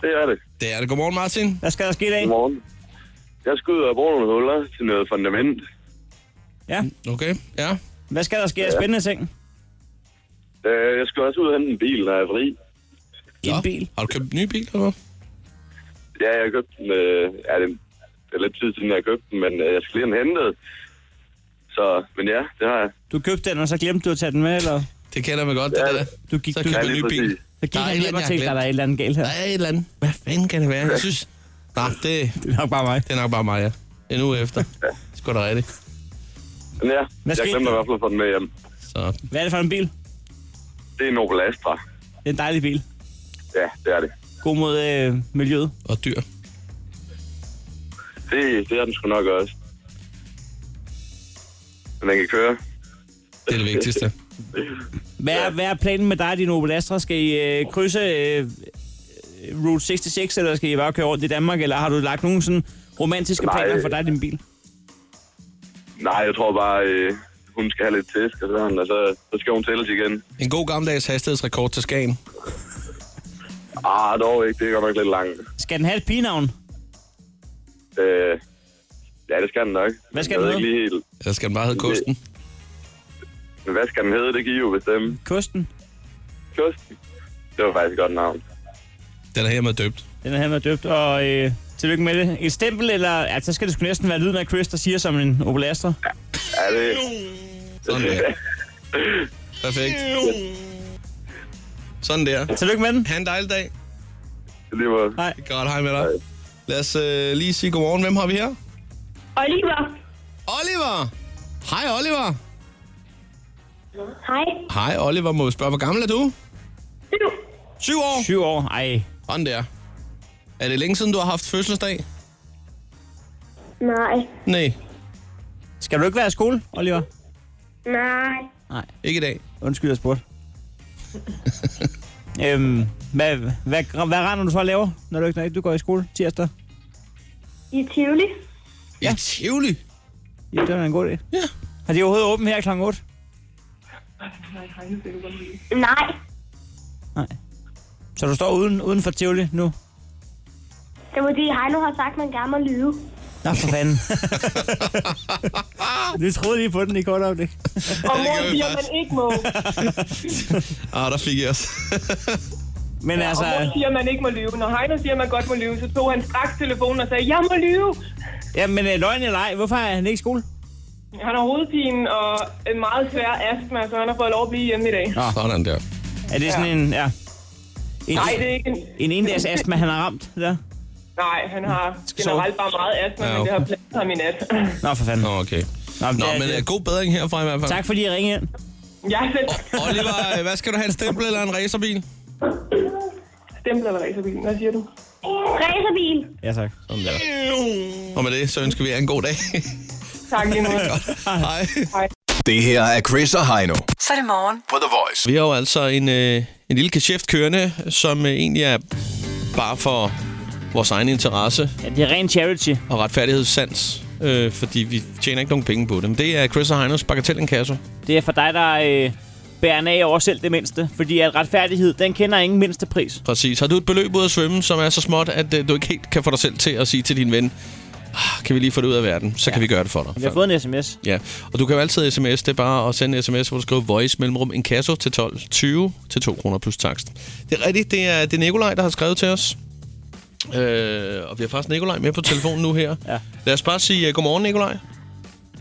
Det er det.
Det er det. Godmorgen, Martin.
Hvad skal der ske i dag?
Godmorgen. Jeg skal ud og bruge nogle huller til noget fundament.
Ja.
Okay, ja.
Hvad skal der ske af spændende ting?
Øh, Jeg skal også ud og hente en bil, når jeg er fri.
En bil.
Har du købt en ny bil, eller hvad?
Ja, jeg købte den. Øh, ja, det det er lidt tid siden, jeg købte den, men øh, jeg skal lige have den hentet. Så, men ja, det har jeg.
Du købte den, og så glemte du at tage den med, eller?
Det kender man godt, det
Ja.
der.
Du gik,
Så
du,
køber
Ja,
en ny
lige
bil.
præcis.
så gik
Der er et
han
eller
hjem og
andet, jeg
tænkte,
har
at der er et eller andet galt her.
Der er et eller andet. Hvad fanden kan det være? Jeg synes... Nej, det,
Det er nok bare mig.
det er nok bare mig, ja. En uge efter. Sgu da rigtigt.
Men ja,
Hvad
jeg
skete
glemte
der?
i hvert fald at få den med hjem.
Så
Hvad er det for en bil?
Det er en Opel Astra.
Det er en dejlig bil.
Ja, det er det.
God mod øh, miljøet.
og dyr.
Det, det er den sgu nok også. Men den kan køre.
Det er det vigtigste.
Hvad er, hvad er planen med dig og din Opel Astra? Skal I øh, krydse øh, Route 66, eller skal I bare køre rundt i Danmark? Eller har du lagt nogle sådan romantiske
Nej.
planer for dig og din bil?
Nej, jeg tror bare, øh, hun skal have lidt tæsk og sådan, og så, så skal hun tælles igen.
En god gammeldags hastighedsrekord til Skagen.
Ah, dog ikke. Det er godt nok lidt langt.
Skal den have et pigenavn?
Øh, ja, det skal den nok.
Hvad skal
jeg
den
ved ikke
hedde?
lige helt.
Eller skal den bare hedde Kosten?
Men hvad skal den hedde? Det kan I jo bestemme.
Kosten?
Kosten. Det var faktisk et godt navn.
Den er hermed døbt.
Den er han været døbt, og øh, tillykke med det. Et stempel, eller... Ja, så skal det sgu næsten være lyden af Chris, der siger som en Opel Astra.
Er det...
Sådan der. Perfekt. Sådan der.
Tillykke med den.
Ha' en dejlig dag.
Lige måde.
Hej.
Det er Godt, hej med dig. Lad os øh, lige sige godmorgen. Hvem har vi her?
Oliver,
Oliver! Hej, Oliver.
Hej.
Hej Oliver, må jeg spørge, hvor gammel er du? Syv. Syv år?
Syv år, ej.
Sådan der. Er det længe siden, du har haft fødselsdag?
Nej.
Nej,
Skal du ikke være i skole, Oliver?
Nej.
ikke i dag.
Undskyld, jeg spurgte. øhm, hvad, hvad, hvad render du så og laver, når du ikke, når ikke du går i skole tirsdag?
I Tivoli?
Ja. I Tivoli?
Ja, det er en god idé.
Ja.
Har de overhovedet åbent her kl. 8?
Nej.
Så du står uden, uden for Tivoli nu?
Det var de, Heino har sagt, man gerne må lyve.
Nå, for fanden. du troede lige på den i kort øjeblik.
Og mor
siger, man ikke må.
Ah, der fik jeg også.
Men ja, altså,
Og mor siger, man ikke må lyve. Når Heino siger, man godt må lyve, så tog han straks telefonen og sagde, jeg må lyve.
ja, men øh, løgn eller ej, hvorfor er han ikke i skole?
Han har hovedpine og en meget svær astma, så han har fået lov at blive hjemme i dag.
Ah. Sådan der.
Er det sådan en, ja, en,
Nej, det er ikke en...
en endags astma, han har ramt? Der?
Nej, han har generelt bare meget astma,
Ja,
ja,
okay.
men det har pladet ham i nat.
Nå, for fanden.
Nå, okay.
Nå,
Nå,
det er-
men øh, god bedring herfra i hvert fald.
Tak fordi I ringede ind.
Jeg selv
Oliver, øh, hvad skal du have, en stempel eller en racerbil?
stempler eller racerbilen. Hvad siger du?
Racerbil.
Ja, tak.
Sådan der. Og med det, så ønsker vi jer en god dag.
Tak lige nu.
Hej.
Det her er Chris og Heino
Så er det morgen.
på The Voice.
Vi har jo altså en, øh, en lille geschæft kørende, som øh, egentlig er bare for vores egen interesse
Ja, det er ren charity.
og retfærdighedssans. Øh, fordi vi tjener ikke nogen penge på dem. Det er Chris og Heinos bagatellinkasso.
Det er for dig, der øh, bærer en af over selv det mindste. Fordi at retfærdighed, den kender ingen mindste pris.
Præcis. Har du et beløb ud at svømme, som er så småt, at øh, du ikke helt kan få dig selv til at sige til din ven, ah, kan vi lige få det ud af verden, så ja. kan vi gøre det for dig.
Vi har fået en sms.
Ja, og du kan jo altid sms, det er bare at sende en sms, hvor du skriver voice mellemrum en kasse til 12, 20 til 2 kroner plus takst. Det er rigtigt, det er, det er Nikolaj, der har skrevet til os. Øh, og vi har faktisk Nikolaj med på telefonen nu her.
Ja.
Lad os bare sige uh, godmorgen, Nikolaj.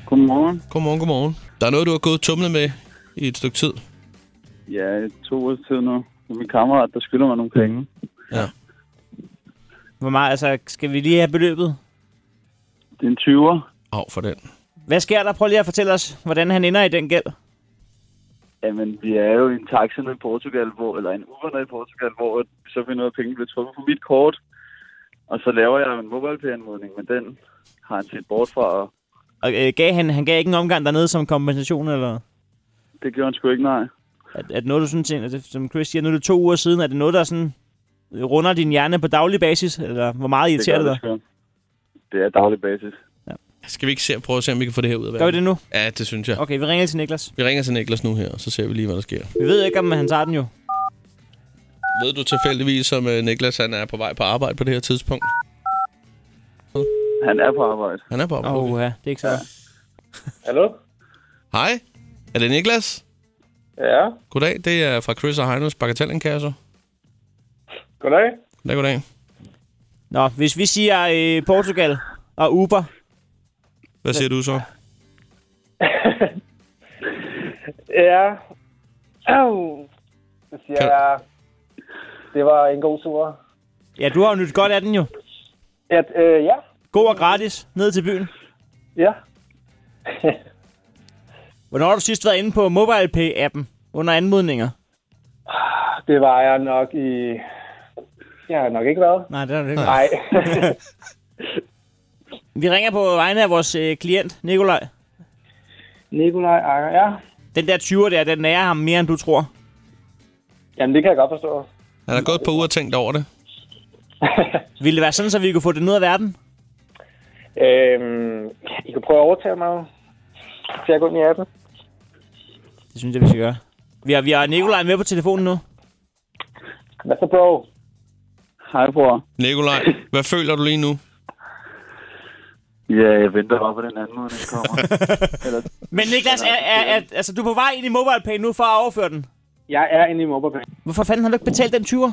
Godmorgen.
Godmorgen, godmorgen. Der er noget, du har gået og tumlet med i et stykke tid.
Ja, to år tid nu. Det er Min kammerat, der skylder mig nogle penge.
Hvor meget, altså, skal vi lige have beløbet?
Det er en 20'er.
Af for den.
Hvad sker der? Prøv lige at fortælle os, hvordan han ender i den gæld.
Jamen, vi er jo i en taxa nede i Portugal, hvor, eller en Uber nede i Portugal, hvor så finder ud af, at pengene bliver trukket på mit kort. Og så laver jeg en MobilePay-anmodning, men den har han set bort fra, og
Og øh, gav han, han gav ikke en omgang dernede som kompensation, eller?
det gjorde han sgu ikke, nej.
At, at noget, du sådan tænker, at det, som Chris siger, nu er det to uger siden, er det noget, der sådan øh, runder din hjerne på daglig basis, eller hvor meget irriterer det,
gør
dig?
sgu. Det er daglig basis.
Skal vi ikke se, prøve at se, om vi kan få det her ud af verden?
Gør vi det nu?
Ja, det synes jeg. Okay.
Okay, vi ringer til Niklas.
Vi ringer til Niklas nu her, og så ser vi lige, hvad der sker.
Vi ved ikke, om han tager den jo.
Ved du tilfældigvis, om øh, Niklas han er på vej på arbejde på det her tidspunkt?
Han er på arbejde.
Han er på arbejde.
Åh,
Oh.
oh, ja, det er ikke så.
Hallo?
Hej, er det Niklas?
Ja,
Goddag, det er fra Chris og Heinos Bagatellinkasso.
goddag.
Goddag, goddag.
Nå, hvis vi siger øh, Portugal og Uber,
Hvad siger du så?
Ja. Au. Så siger
Kan-
jeg, det var en god tur.
ja, du har jo nyt godt af den jo.
Ja, øh, ja.
God og gratis, ned til byen.
ja.
Hvornår har du sidst været inde på MobilePay-appen under anmodninger?
Det var jeg nok i... Jeg har nok ikke været.
Nej, det har du ikke.
Nej.
Vi ringer på vegne af vores øh, klient, Nikolaj.
Nikolaj Akker, ja.
Den der 20'er der, den nærer ham mere, end du tror.
Jamen, det kan jeg godt forstå.
Han har gået på uger og tænkt over det.
Ville det være sådan, så vi kunne få den ud af verden?
Øhm, I kan prøve at overtage mig jo. til at gå ind i appen.
Det synes jeg, vi skal gøre. Vi har, vi har Nikolaj med på telefonen nu.
Hvad så, bro?
Hej, bror.
Nikolaj, hvad føler du lige nu?
Ja, jeg venter bare på den anmodning kommer. eller,
Men Niklas, er, er, er, altså, du er på vej ind i MobilePay nu for at overføre den.
Jeg er inde i Mobberbank.
Hvorfor fanden har du ikke betalt den 20'er?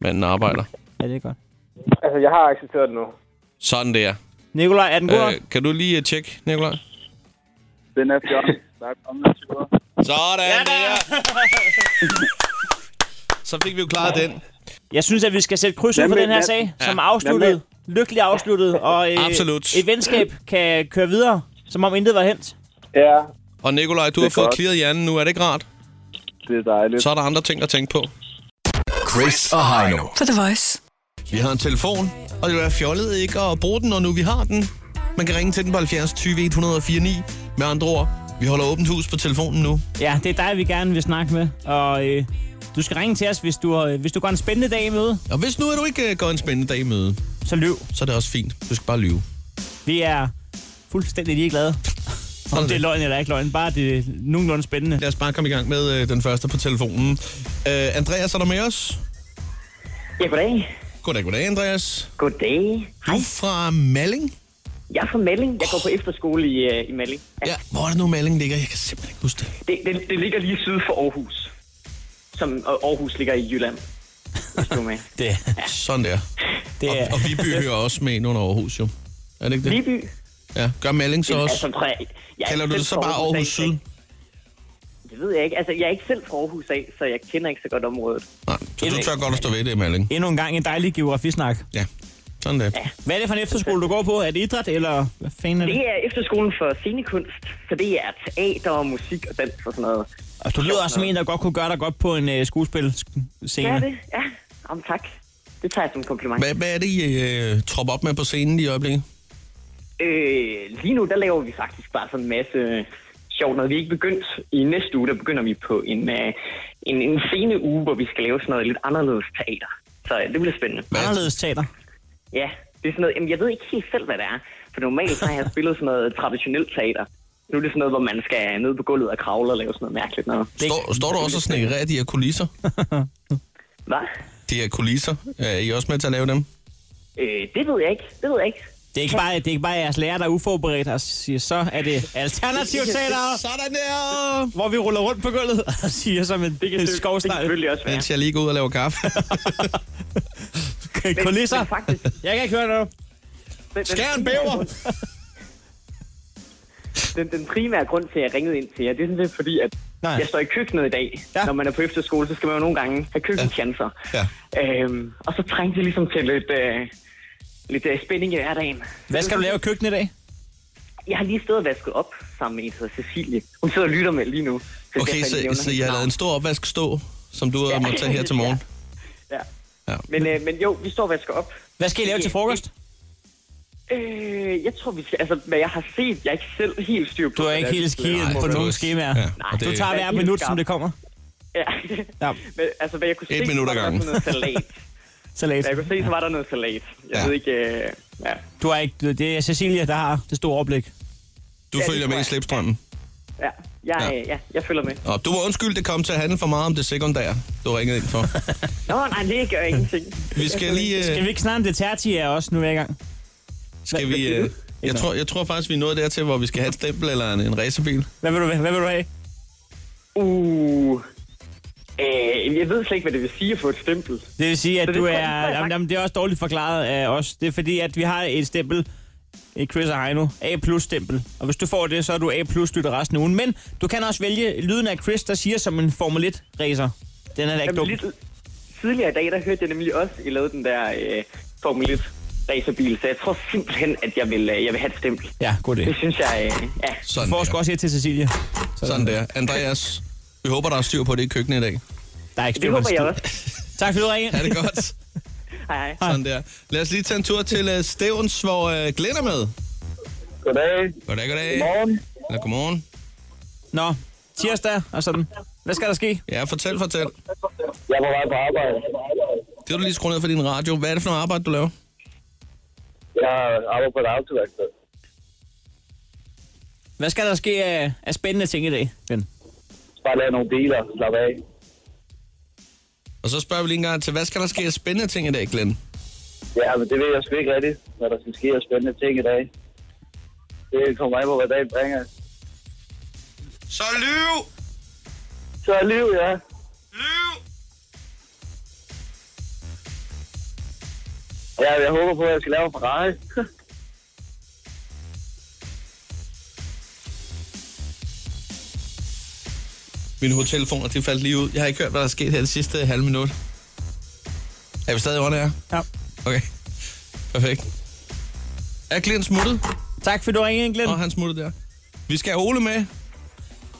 Manden arbejder.
Ja, det er godt.
Altså, jeg har accepteret det nu.
Sådan der.
Nikolaj, er den god? Øh.
Øh, kan du lige øh, tjekke, Nikolaj?
den er fjern. Der er kommet en 20'er.
Sådan ja, der! Så fik vi jo klaret den.
Jeg synes, at vi skal sætte kryds ud
Hvad
for
med-
den her
hvad-
sag, som er afsluttet. Lykkelig afsluttet. Og øh,
Absolut.
et venskab kan køre videre, som om intet var hent.
Ja,
Og Nikolaj, du
Det er
har fået
godt.
clearet hjernen nu, er det ikke rart?
Det er dejligt.
Så er der andre ting at tænke på.
Chris og Heino.
På The Voice.
Vi har en telefon, og det vil være fjollet ikke at bruge den, når nu vi har den. Man kan ringe til den på 70 20 104 9. Med andre ord, vi holder åbent hus på telefonen nu.
Ja, det er dig, vi gerne vil snakke med. Og øh, du skal ringe til os, hvis du, øh, hvis du går en spændende dag i møde.
Og hvis nu er du ikke øh, går en spændende dag i møde,
så løv.
Så er det også fint. Du skal bare lyve.
Vi er fuldstændig ligeglade. Om det er løgn eller ikke løgn, bare det er nogenlunde spændende.
Lad os bare komme i gang med øh, den første på telefonen. Øh, Andreas, er du med os?
Ja, goddag.
Goddag, goddag, Andreas.
Goddag.
Hej. Du er fra Malling?
Jeg er fra Malling. Jeg går på efterskole i, øh, i Malling.
Ja. ja. Hvor er det nu, Malling ligger? Jeg kan simpelthen ikke huske det.
Det, det, det ligger lige syd for Aarhus. Som, og Aarhus ligger i Jylland. Hvis du er med.
Det.
Ja. Sådan der.
Det er.
Og, og Viby hører også med ind under Aarhus, jo. Er det ikke det?
Viby?
Ja, gør Malling så
Jamen,
også.
altså, prøv at- jeg er
Kalder du
selv
det så
fra
bare
Aarhus,
Aarhus
ikke?
Syd?
Det ved jeg ikke. Altså, jeg er ikke selv fra Aarhus af, så jeg kender ikke så godt området.
Så du tør godt at stå ved det, Malling.
Endnu en gang en dejlig geografisnak.
Ja, sådan det.
Hvad er det for en efterskole, du går på? Er det idræt, eller hvad fanden er det?
Det er efterskolen for scenekunst, så det er teater og musik og dans og sådan noget.
Og du lyder også som en, der godt kunne gøre dig godt på en øh, skuespilscene.
Ja, det. Ja. Om tak. Det tager jeg som en kompliment.
Hvad, hvad er det, I øh, tropper op med på scenen i øjeblikket?
Øh, lige nu, der laver vi faktisk bare sådan en masse øh, sjovt noget. Vi er ikke begyndt. I næste uge, der begynder vi på en, øh, en, en sene uge, hvor vi skal lave sådan noget lidt anderledes teater. Så øh, det bliver spændende.
Anderledes teater.
Ja, det er sådan noget, jamen, jeg ved ikke helt selv, hvad det er. For normalt så har jeg spillet sådan noget traditionelt teater. Nu er det sådan noget, hvor man skal ned på gulvet og kravle og lave sådan noget mærkeligt noget.
Står, står du også og snekkerer de her kulisser?
Hvad?
De her kulisser, er I også med til at lave dem?
Øh, det ved jeg ikke. Det ved jeg ikke.
Det er ikke bare, det er ikke bare jeres lærer, der er uforberedt og siger, så er det alternativ teater.
Sådan der!
Hvor vi ruller rundt på gulvet og siger som en, det en skovsnegl. Det
selvfølgelig også
Mens jeg lige går ud og laver kaffe.
være. Kulisser. Jeg kan ikke høre noget.
Skær en bæver! Den, den primære grund til, at jeg ringede ind til jer, det er sådan lidt fordi, at Nej. jeg står i køkkenet i dag. Ja. Når man er på efterskole, så skal man jo nogle gange have køkkenchancer.
Ja.
Øhm, og så trængte jeg ligesom til lidt, øh, lidt øh, spænding i hverdagen.
Hvad skal du lave i køkkenet i dag?
Jeg har lige stået og vasket op sammen med en, der hedder Cecilie. Hun sidder og lytter med lige nu. det er
Okay,
derfor, jeg
så,
lige nævner
så
hendes
I har
navn.
lavet en stor opvask stå, som du
Ja.
må tage her til morgen.
Ja.
Ja.
Men, øh, men jo, vi står og vasker op.
Hvad skal I lave til frokost?
Øh, jeg tror, vi skal... Altså, hvad jeg har set, jeg er ikke selv helt styr på...
Du er
hvad
ikke
det
helt
vi skal lave.
skidt på nogen skemaer.
Nej,
Du tager
jeg er
hver
helt
minut, som
skarp.
det kommer.
Ja.
Ja.
Men, altså, hvad jeg kunne
Et
se, så
minut
var
ad
der
gangen.
sådan noget salat.
Salat.
Hvad jeg kunne se, så var der noget salat. Jeg ja. ved ikke... Øh, ja.
Du er ikke, det er Cecilia, der har det store overblik.
Du
Ja, det
følger
tror
med i
jeg.
slipstrømmen.
Ja. Jeg,
Ja.
ja. Øh, ja, jeg følger med.
Og du må undskylde, det kom til at handle for meget om det sekundære, du ringede ind for.
Nå, nej, det gør ingenting.
Vi skal lige... øh,
Skal vi ikke snart det terti af os, nu er jeg i gang?
Skal vi, øh, jeg, tror, jeg tror faktisk, vi er nået dertil, hvor vi skal have et stempel eller en, en racerbil.
Hvad vil, du, hvad vil du have?
Uh... Øh, jeg ved slet ikke, hvad det vil sige at få et stempel.
Det vil sige, at
Så det
du
tror
er...
jeg, jeg
Jamen, jamen, det er også dårligt forklaret af os. Det er fordi, at vi har et stempel, et Chris og Heino, A-plus-stempel. Og hvis du får det, så er du A-plus-lytter resten af ugen. Men du kan også vælge lyden af Chris, der siger som en Formel 1-racer. Den er da ikke
Jamen,
dum.
lige tidligere i dag, der hørte jeg nemlig også, I lavede den der øh, Formel 1 racerbil, så jeg tror simpelthen, at jeg vil, øh, jeg vil have et stempel.
Ja, god idé.
Det synes jeg, øh, ja.
Du
Sådan
får sgu
der.
også et til Cecilia.
Sådan der. Andreas, vi håber, der er styr på det i køkkenet i dag.
Der er ikke
Det
styr på
håber
en
jeg
skid.
også.
Tak fordi du ringede.
Er det godt?
Hej, hej.
Sådan der. Lad os lige tage en tur til uh, Stevens, hvor uh, Glenn er med.
Goddag.
Goddag, goddag.
Godmorgen.
Eller godmorgen.
Nå, tirsdag og sådan. Hvad skal der ske?
Ja, fortæl, fortæl.
Jeg er på vej på arbejde.
Det var du lige skruet ned for din radio. Hvad er det for noget arbejde, du laver?
Jeg arbejder på et autoværksted.
Hvad skal der ske af, af spændende ting i dag, Glenn?
Bare lave nogle biler, slappe af.
Og så spørger vi lige en gang til, hvad skal der ske af spændende ting i dag, Glenn?
Ja, men det ved jeg sgu ikke rigtigt, hvad der skal ske af spændende ting i dag. Det kommer an på, hvad dagen bringer.
Så lyv!
Så er liv, ja.
Lyv!
ja. Jeg håber på, at jeg skal lave en Ferrari.
Mine hovedtelefoner, de faldt lige ud. Jeg har ikke hørt, hvad der er sket her det sidste halve minut. Er vi stadig on air?
Ja.
Okay. Perfekt. Er Glenn smuttet?
Tak fordi du ringede, Glenn.
Og han smuttet der. Vi skal have Ole med.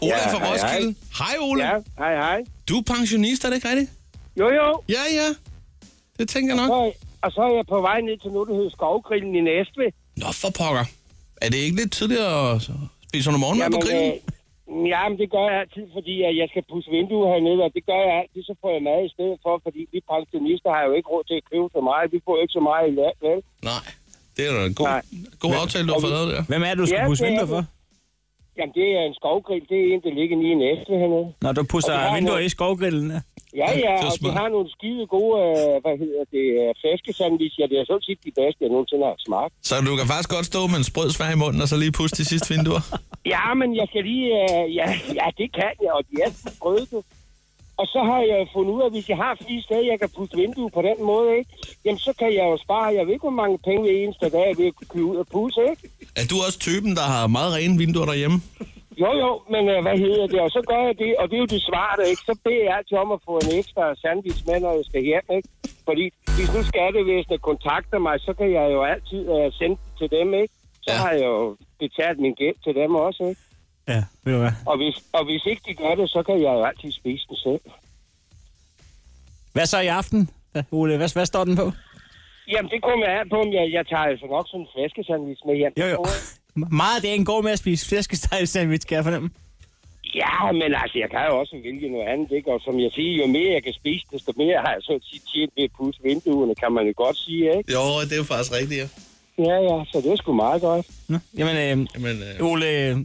Ole
Ja,
ja, fra
hej,
Roskilde. Hej, Ole. Ja,
hej, hej.
Du er pensionist, er det ikke rigtigt?
Jo, jo.
Ja, ja. Det tænker
Mm.
jeg nok.
Og så, og så er jeg på vej ned til noget, der hedder Skovgrillen i Næstved.
Nå, for pokker. Er det ikke lidt tidligt at spise under morgenmad på grillen?
Øh, jamen, det gør jeg altid, fordi at jeg skal pusse vinduer hernede, og det gør jeg altid, så får jeg mad i stedet for, fordi vi pensionister har jo ikke råd til at købe så meget. Vi får jo ikke så meget i land, vel?
Nej, det er da en god, god aftale, du har fået lavet der.
Hvem er det, du skal
Ja,
pusse
det er
vinduer
det.
for?
Jamen, det er en skovgrill. Det er en, der ligger lige i næste hernede.
Når du
Og vi
pusser
har
vinduer
noget-
i skovgrillen, ja.
Ja, ja,
Så
og de
smart.
har nogle skide gode, øh, hvad hedder det, øh, flæskesandwich. Ja, det er sådan set de bedste, jeg nogensinde har smagt.
Så du kan faktisk godt stå med en sprød svær i munden, og så lige puste de sidste vinduer.
Ja, men jeg skal lige... Øh, ja, ja, det kan jeg, og de er sgu sprøde. du. Og så har jeg fundet ud af, at hvis jeg har fire steder, jeg kan putte vinduer på den måde, ikke? Jamen, så kan jeg jo spare, jeg ved ikke, hvor mange penge hver eneste dag, jeg ved at kunne ud og pusse, ikke?
Er du også typen, der har meget rene vinduer derhjemme?
Jo, jo, men øh, hvad hedder det? Og så gør jeg det, og det er jo det smarte, ikke? Så beder jeg altid om at få en ekstra sandwich med, når jeg skal hjem, ikke? Fordi hvis nu skattevæsenet kontakter mig, så kan jeg jo altid øh, sende den til dem, ikke? Så ja. har jeg jo betalt min gæld til dem også, ikke?
Ja, ved du hvad?
Og hvis, og hvis ikke de gør det, så kan jeg jo altid spise den selv.
Hvad så i aften, da, Ole? Hvad, hvad står den på?
Jamen, det kommer jeg an på, om jeg, jeg tager jo så nok sådan en flæskesandwis med hjem.
Jo, jo. Meget af dagen går med at spise flæskesteg sandwich, kan jeg fornemme.
Ja, men altså, jeg kan jo også vælge noget andet, ikke? Og som jeg siger, jo mere jeg kan spise, desto mere har jeg så at sige tjent ved at pusse vinduerne, kan man jo godt sige, ikke?
Jo, det er jo faktisk rigtigt, ja.
Ja, ja, så det er sgu meget godt.
Nå, jamen, øh,
jamen øh,
Ole, øh,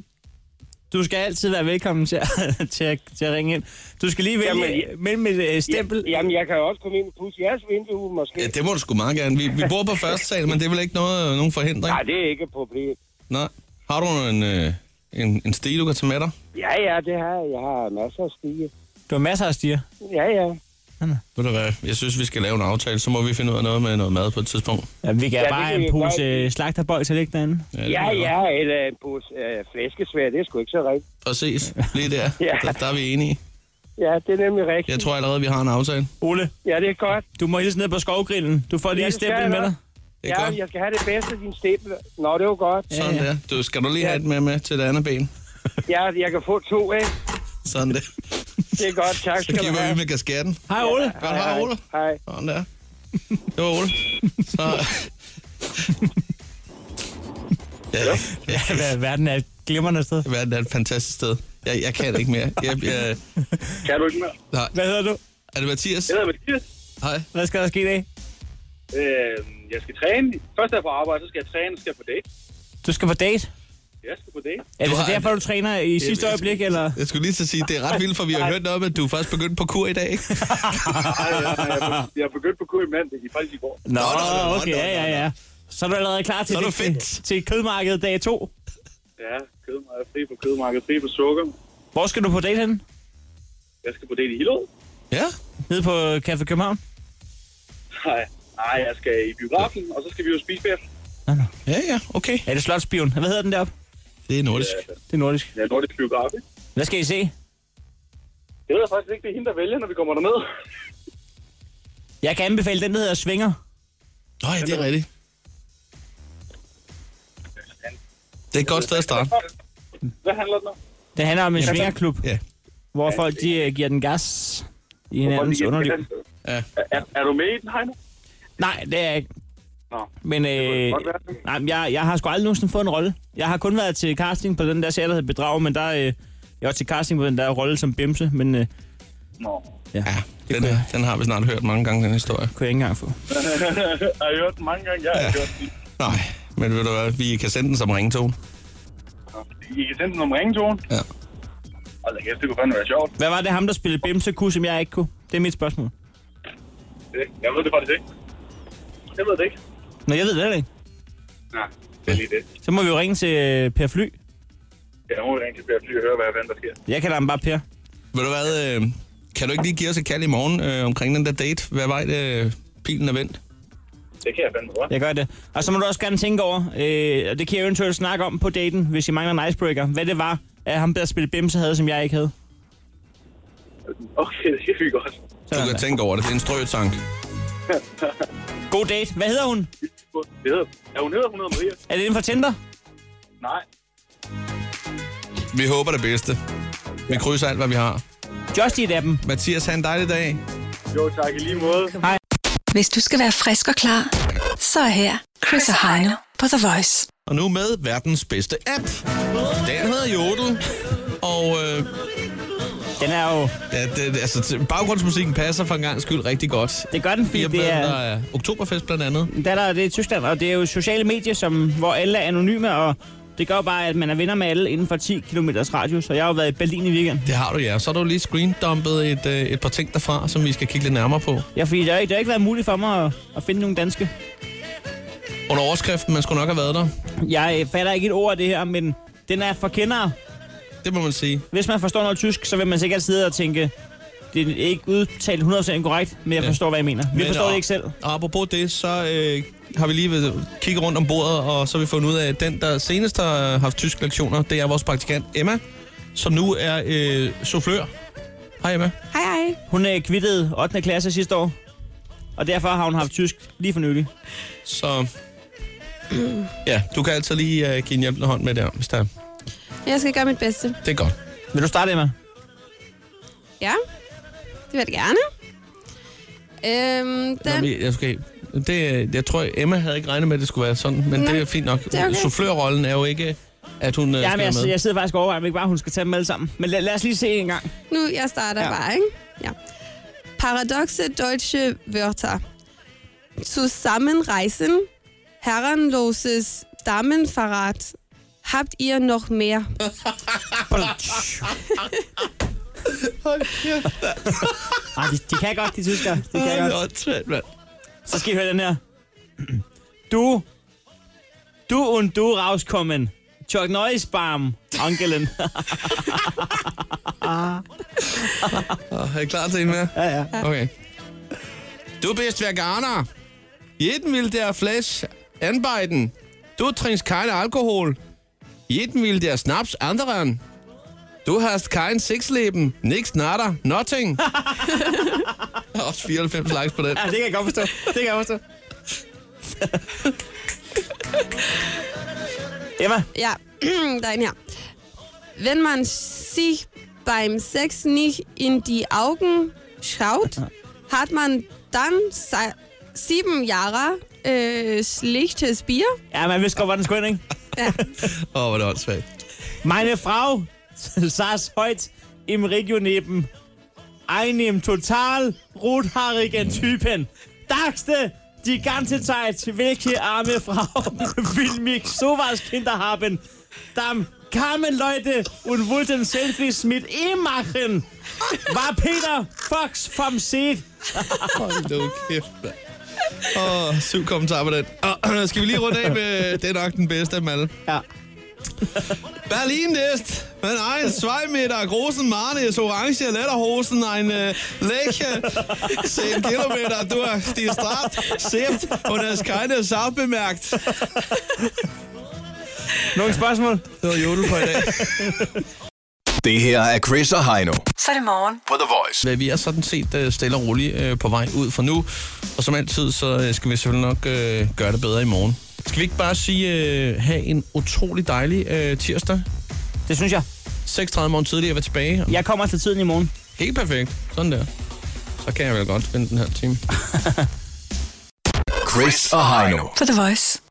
du skal altid være velkommen til, at- til, at, til at ringe ind. Du skal lige vælge
Jamen,
jamen, mellem et øh, stempel.
Ja, jamen, jeg kan jo også komme ind og pusse jeres vindue, måske.
ja. det må du sgu meget gerne. Vi, vi bor på første sal, men det er vel ikke noget, øh, nogen forhindring?
Nej, det er ikke et problem.
Nej. Har du en, øh, en, en stige, du kan tage med dig?
Ja, ja, det har jeg. Jeg har masser af stige.
Du har masser af stiger.
Ja, ja.
Ved du hvad, jeg synes, vi skal lave en aftale, så må vi finde ud af noget med noget mad på et tidspunkt.
Ja, vi kan
Ja,
ja,
det
bare
kan vi
en
godt.
pose øh, slagterbold til at ligge derinde.
Ja, ja, eller en pose øh, flæskesvær, det er sgu ikke så rigtigt.
Præcis, lige der.
Ja.
Der, der er vi enige.
Ja, det er nemlig rigtigt.
Jeg tror allerede, vi har en aftale.
Ole,
Ja, det er godt.
du må hilse ned på skovgrillen. Du får lige
Ja,
et
det skal
stempel
jeg
med
nok.
dig.
Det
ja,
er godt.
jeg skal have det bedste af din stempel. Nå, det var godt.
Sådan der. Du, skal du lige have et med med til det andet ben?
Ja, jeg kan få to, ikke?
Sådan der.
Det er godt, tak
Så
skal du
giver vi
have.
med kasketten.
Hej Ole.
Godt, hej Ole.
Hej.
Sådan der. Det var Ole. Så... Ja, ja.
Ja, verden er et glimrende sted.
Verden er et fantastisk sted. Jeg, jeg kan ikke mere. Jeg, jeg,
Kan du ikke mere?
nej.
Hvad hedder du?
Er det Mathias?
Jeg hedder Mathias.
Hej.
Hvad skal der ske i dag?
Øh, jeg skal træne. Først er jeg på arbejde, så skal jeg træne, så skal jeg på date.
Du skal på date.
Jeg skal på date.
Er det
Du
så
har- altså,
derfor, du træner i sidste øjeblik, eller?
Jeg skulle lige så sige, det er ret vildt, for vi har hørt noget om, at du først begyndt på kur i dag. ikke?
Nej, Øh, jeg, jeg, jeg er begyndt på kur i mandag, i faktisk i går.
Nå,
nå, nå, nå,
okay,
nå,
ja, ja, ja. Så er du allerede klar til,
Så er du
til,
fedt.
til kødmarkedet dag 2.
Ja, kødmarked, fri på kødmarked, fri på sukker.
Hvor skal du på date hen?
Jeg skal på date i Hillerød.
Ja.
Nede på Café København?
Nej, nej, jeg skal i biografen, og så skal vi jo spise bagefter.
Ja, ja, okay.
Er det Slotsbion? Hvad hedder den deroppe?
Det er nordisk.
Det er nordisk.
Ja, nordisk biograf, ikke?
Hvad skal I se?
Det ved jeg faktisk ikke, det er hende, der vælger, når vi kommer derned.
Jeg kan anbefale den, der hedder Svinger.
Nej, det er rigtigt. Det er et godt sted at starte.
Hvad handler det om?
Den handler om en
Jamen, så-
svingerklub,
Ja.
hvor folk de øh, giver den gas i hinandens underliv.
Ja.
Er, er, er, du med i den, Heino?
Nej, det er jeg ikke.
Nå.
Men øh,
godt være.
nej, men jeg, jeg har sgu aldrig nogensinde fået en rolle. Jeg har kun været til casting på den der serie, der hedder Bedrag, men der, øh, jeg var til casting på den der rolle som bimse, men øh,
Nå.
ja,
Ja, den, er, den har vi snart hørt mange gange, den historie.
kunne jeg ikke engang få.
jeg har hørt den mange gange, jeg har ja. hørt den.
Nej, men ved du hvad, vi kan sende den som ringtone.
I kan sende den om ringetone.
Ja.
Hold da kæft, det kunne fandme være sjovt.
Hvad var det ham, der spillede bimse kunne, som jeg ikke kunne? Det er mit spørgsmål.
Det, jeg ved det faktisk ikke. Jeg ved det ikke.
Nå, jeg ved det heller ikke.
Nej, det er lige det.
Så må vi jo ringe til øh, Per Fly.
Jeg må ringe til Per Fly og høre, hvad fanden der sker.
Jeg kalder ham bare Per.
Ved du hvad, øh, kan du ikke lige give os et kald i morgen øh, omkring den der date? Hvad vej det, pilen er vendt?
Det kan jeg fandme godt.
Jeg gør det. Og så må du også gerne tænke over, øh, og det kan jeg eventuelt snakke om på daten, hvis I mangler en icebreaker, hvad det var, at ham der spillede bimse havde, som jeg ikke havde.
Okay, det kan vi godt.
Du
Sådan
kan
der.
tænke over det. Det er en strøtank.
God date. Hvad hedder hun?
Det hedder, ja, hun hedder 100 Maria.
Er det den fra Tinder?
Nej,
Vi håber det bedste. Vi krydser alt, hvad vi har.
Just i dem.
Mathias, have en dejlig dag.
Jo, tak i lige måde.
Hej.
Hvis du skal være frisk og klar, så er her Chris og Heino på The Voice.
Og nu med verdens bedste app. Den hedder Jodel. Og øh,
den er jo...
Ja, det, altså, t- baggrundsmusikken passer for en gang skyld rigtig godt.
Det gør den, fordi det er-
Der er oktoberfest blandt andet.
Der, der, det er Tyskland, og det er jo sociale medier, som, hvor alle er anonyme, og det gør jo bare, at man er venner med alle inden for 10 km radius, og jeg har jo været i Berlin i weekend.
Det har du, ja. Så har du lige screendumpet et, øh, et par ting derfra, som vi skal kigge lidt nærmere på.
Ja, fordi det har, ikke- det har ikke været muligt for mig at, at finde nogle danske.
Under overskriften, man skulle nok have været der.
Jeg øh, fatter ikke et ord af det her, men den er for kendere.
Det må man sige.
Hvis man forstår noget tysk, så vil man sikkert sidde og tænke, det er ikke udtalt 100% korrekt, men jeg
Ja.
forstår, hvad I mener. Vi
Men,
forstår
og-
det ikke selv.
Og apropos det, så øh, har vi lige ved- kigget rundt om bordet, og så har vi fundet ud af, at den, der senest har haft tysk lektioner, det er vores praktikant Emma, som nu er øh, soufflør. Hej Emma.
Hej, hej.
Hun øh, kvittede 8. klasse sidste år, og derfor har hun haft tysk lige for nylig.
Så ja, du kan altid lige øh, give en hjælpende hånd med der, hvis der er.
Jeg skal gøre mit bedste.
Det er godt.
Vil du starte, Emma?
Ja, det vil jeg da gerne. Øhm,
Nå,
den,
men jeg, skal, det, øh, jeg tror, Emma havde ikke regnet med, at det skulle være sådan, men
Nej,
det er fint nok.
det er okay.
Soufflørrollen er jo ikke, at hun øh,
Ja,
skal
men jeg,
med.
altså, jeg sidder faktisk og overvejer, om ikke bare hun skal tage dem alle sammen. Men lad, lad os lige se en gang.
nu jeg starter ja. bare, ikke? Ja. Paradoxe deutsche Wörter. Zusammenreißen, herrenloses Damenverrat. Habt ihr noch mehr?
Ej, de, de kan godt, de tyskere. De kan
godt.
Så skal I høre den her. Du, du und du rauskommen. Chuck Norris Barm, Ankelen.
Åh, er I klar til en mere?
Ja, ja.
Okay. Du bist Veganer. Jeden will der Fleisch anbeiden. Du trinkst keine Alkohol. Jeden will der Snaps anderen. Du hast kein Sexleben. Nix, nada, nothing. Der er også 94 likes på den.
Ja, det kan jeg godt forstå. Det kan jeg forstå. Emma,
Ja, dein ja. Wenn man sich beim Sex nicht in die Augen schaut, hat man dann se- sieben Jahre äh, schlechtes Bier.
Ja, man vidste godt, hvor den skulle ind, ikke?
Åh, oh, hvor er det åndssvagt.
Meine Frau saß heute im Regio neben einem total rothaarigen Typen. Dachte die ganze Zeit, welche arme Frau will mich sowas Kinder haben. Dann kamen Leute und wollten Selfies mit ihm machen. War Peter Fox vom See.
Hold nu kæft, mand. Åh, oh, syv kommentarer på den. Og, skal vi lige runde af med, det er nok den bedste af dem alle.
Ja.
Berlin ist mit 1,2 Meter großen Mann ist orange Lederhosen eine Läche. 10 øh, Kilometer durch die Stadt schifft und es keine Sau bemerkt.
Nogle spørgsmål?
Det var jodel på i dag.
Det her er Chris og Heino.
Så er det morgen.
På The Voice.
Vi er sådan set øh, stille og roligt øh, på vej ud fra nu. Og som altid, så øh, skal vi selvfølgelig nok øh, gøre det bedre i morgen. Skal vi ikke bare sige, øh, have en utrolig dejlig øh, tirsdag?
Det synes jeg.
6.30 morgen tidlig at være tilbage.
Jeg kommer til tiden i morgen.
Helt perfekt. Sådan der. Så kan jeg vel godt finde den her time.
Chris og Heino.
På The Voice.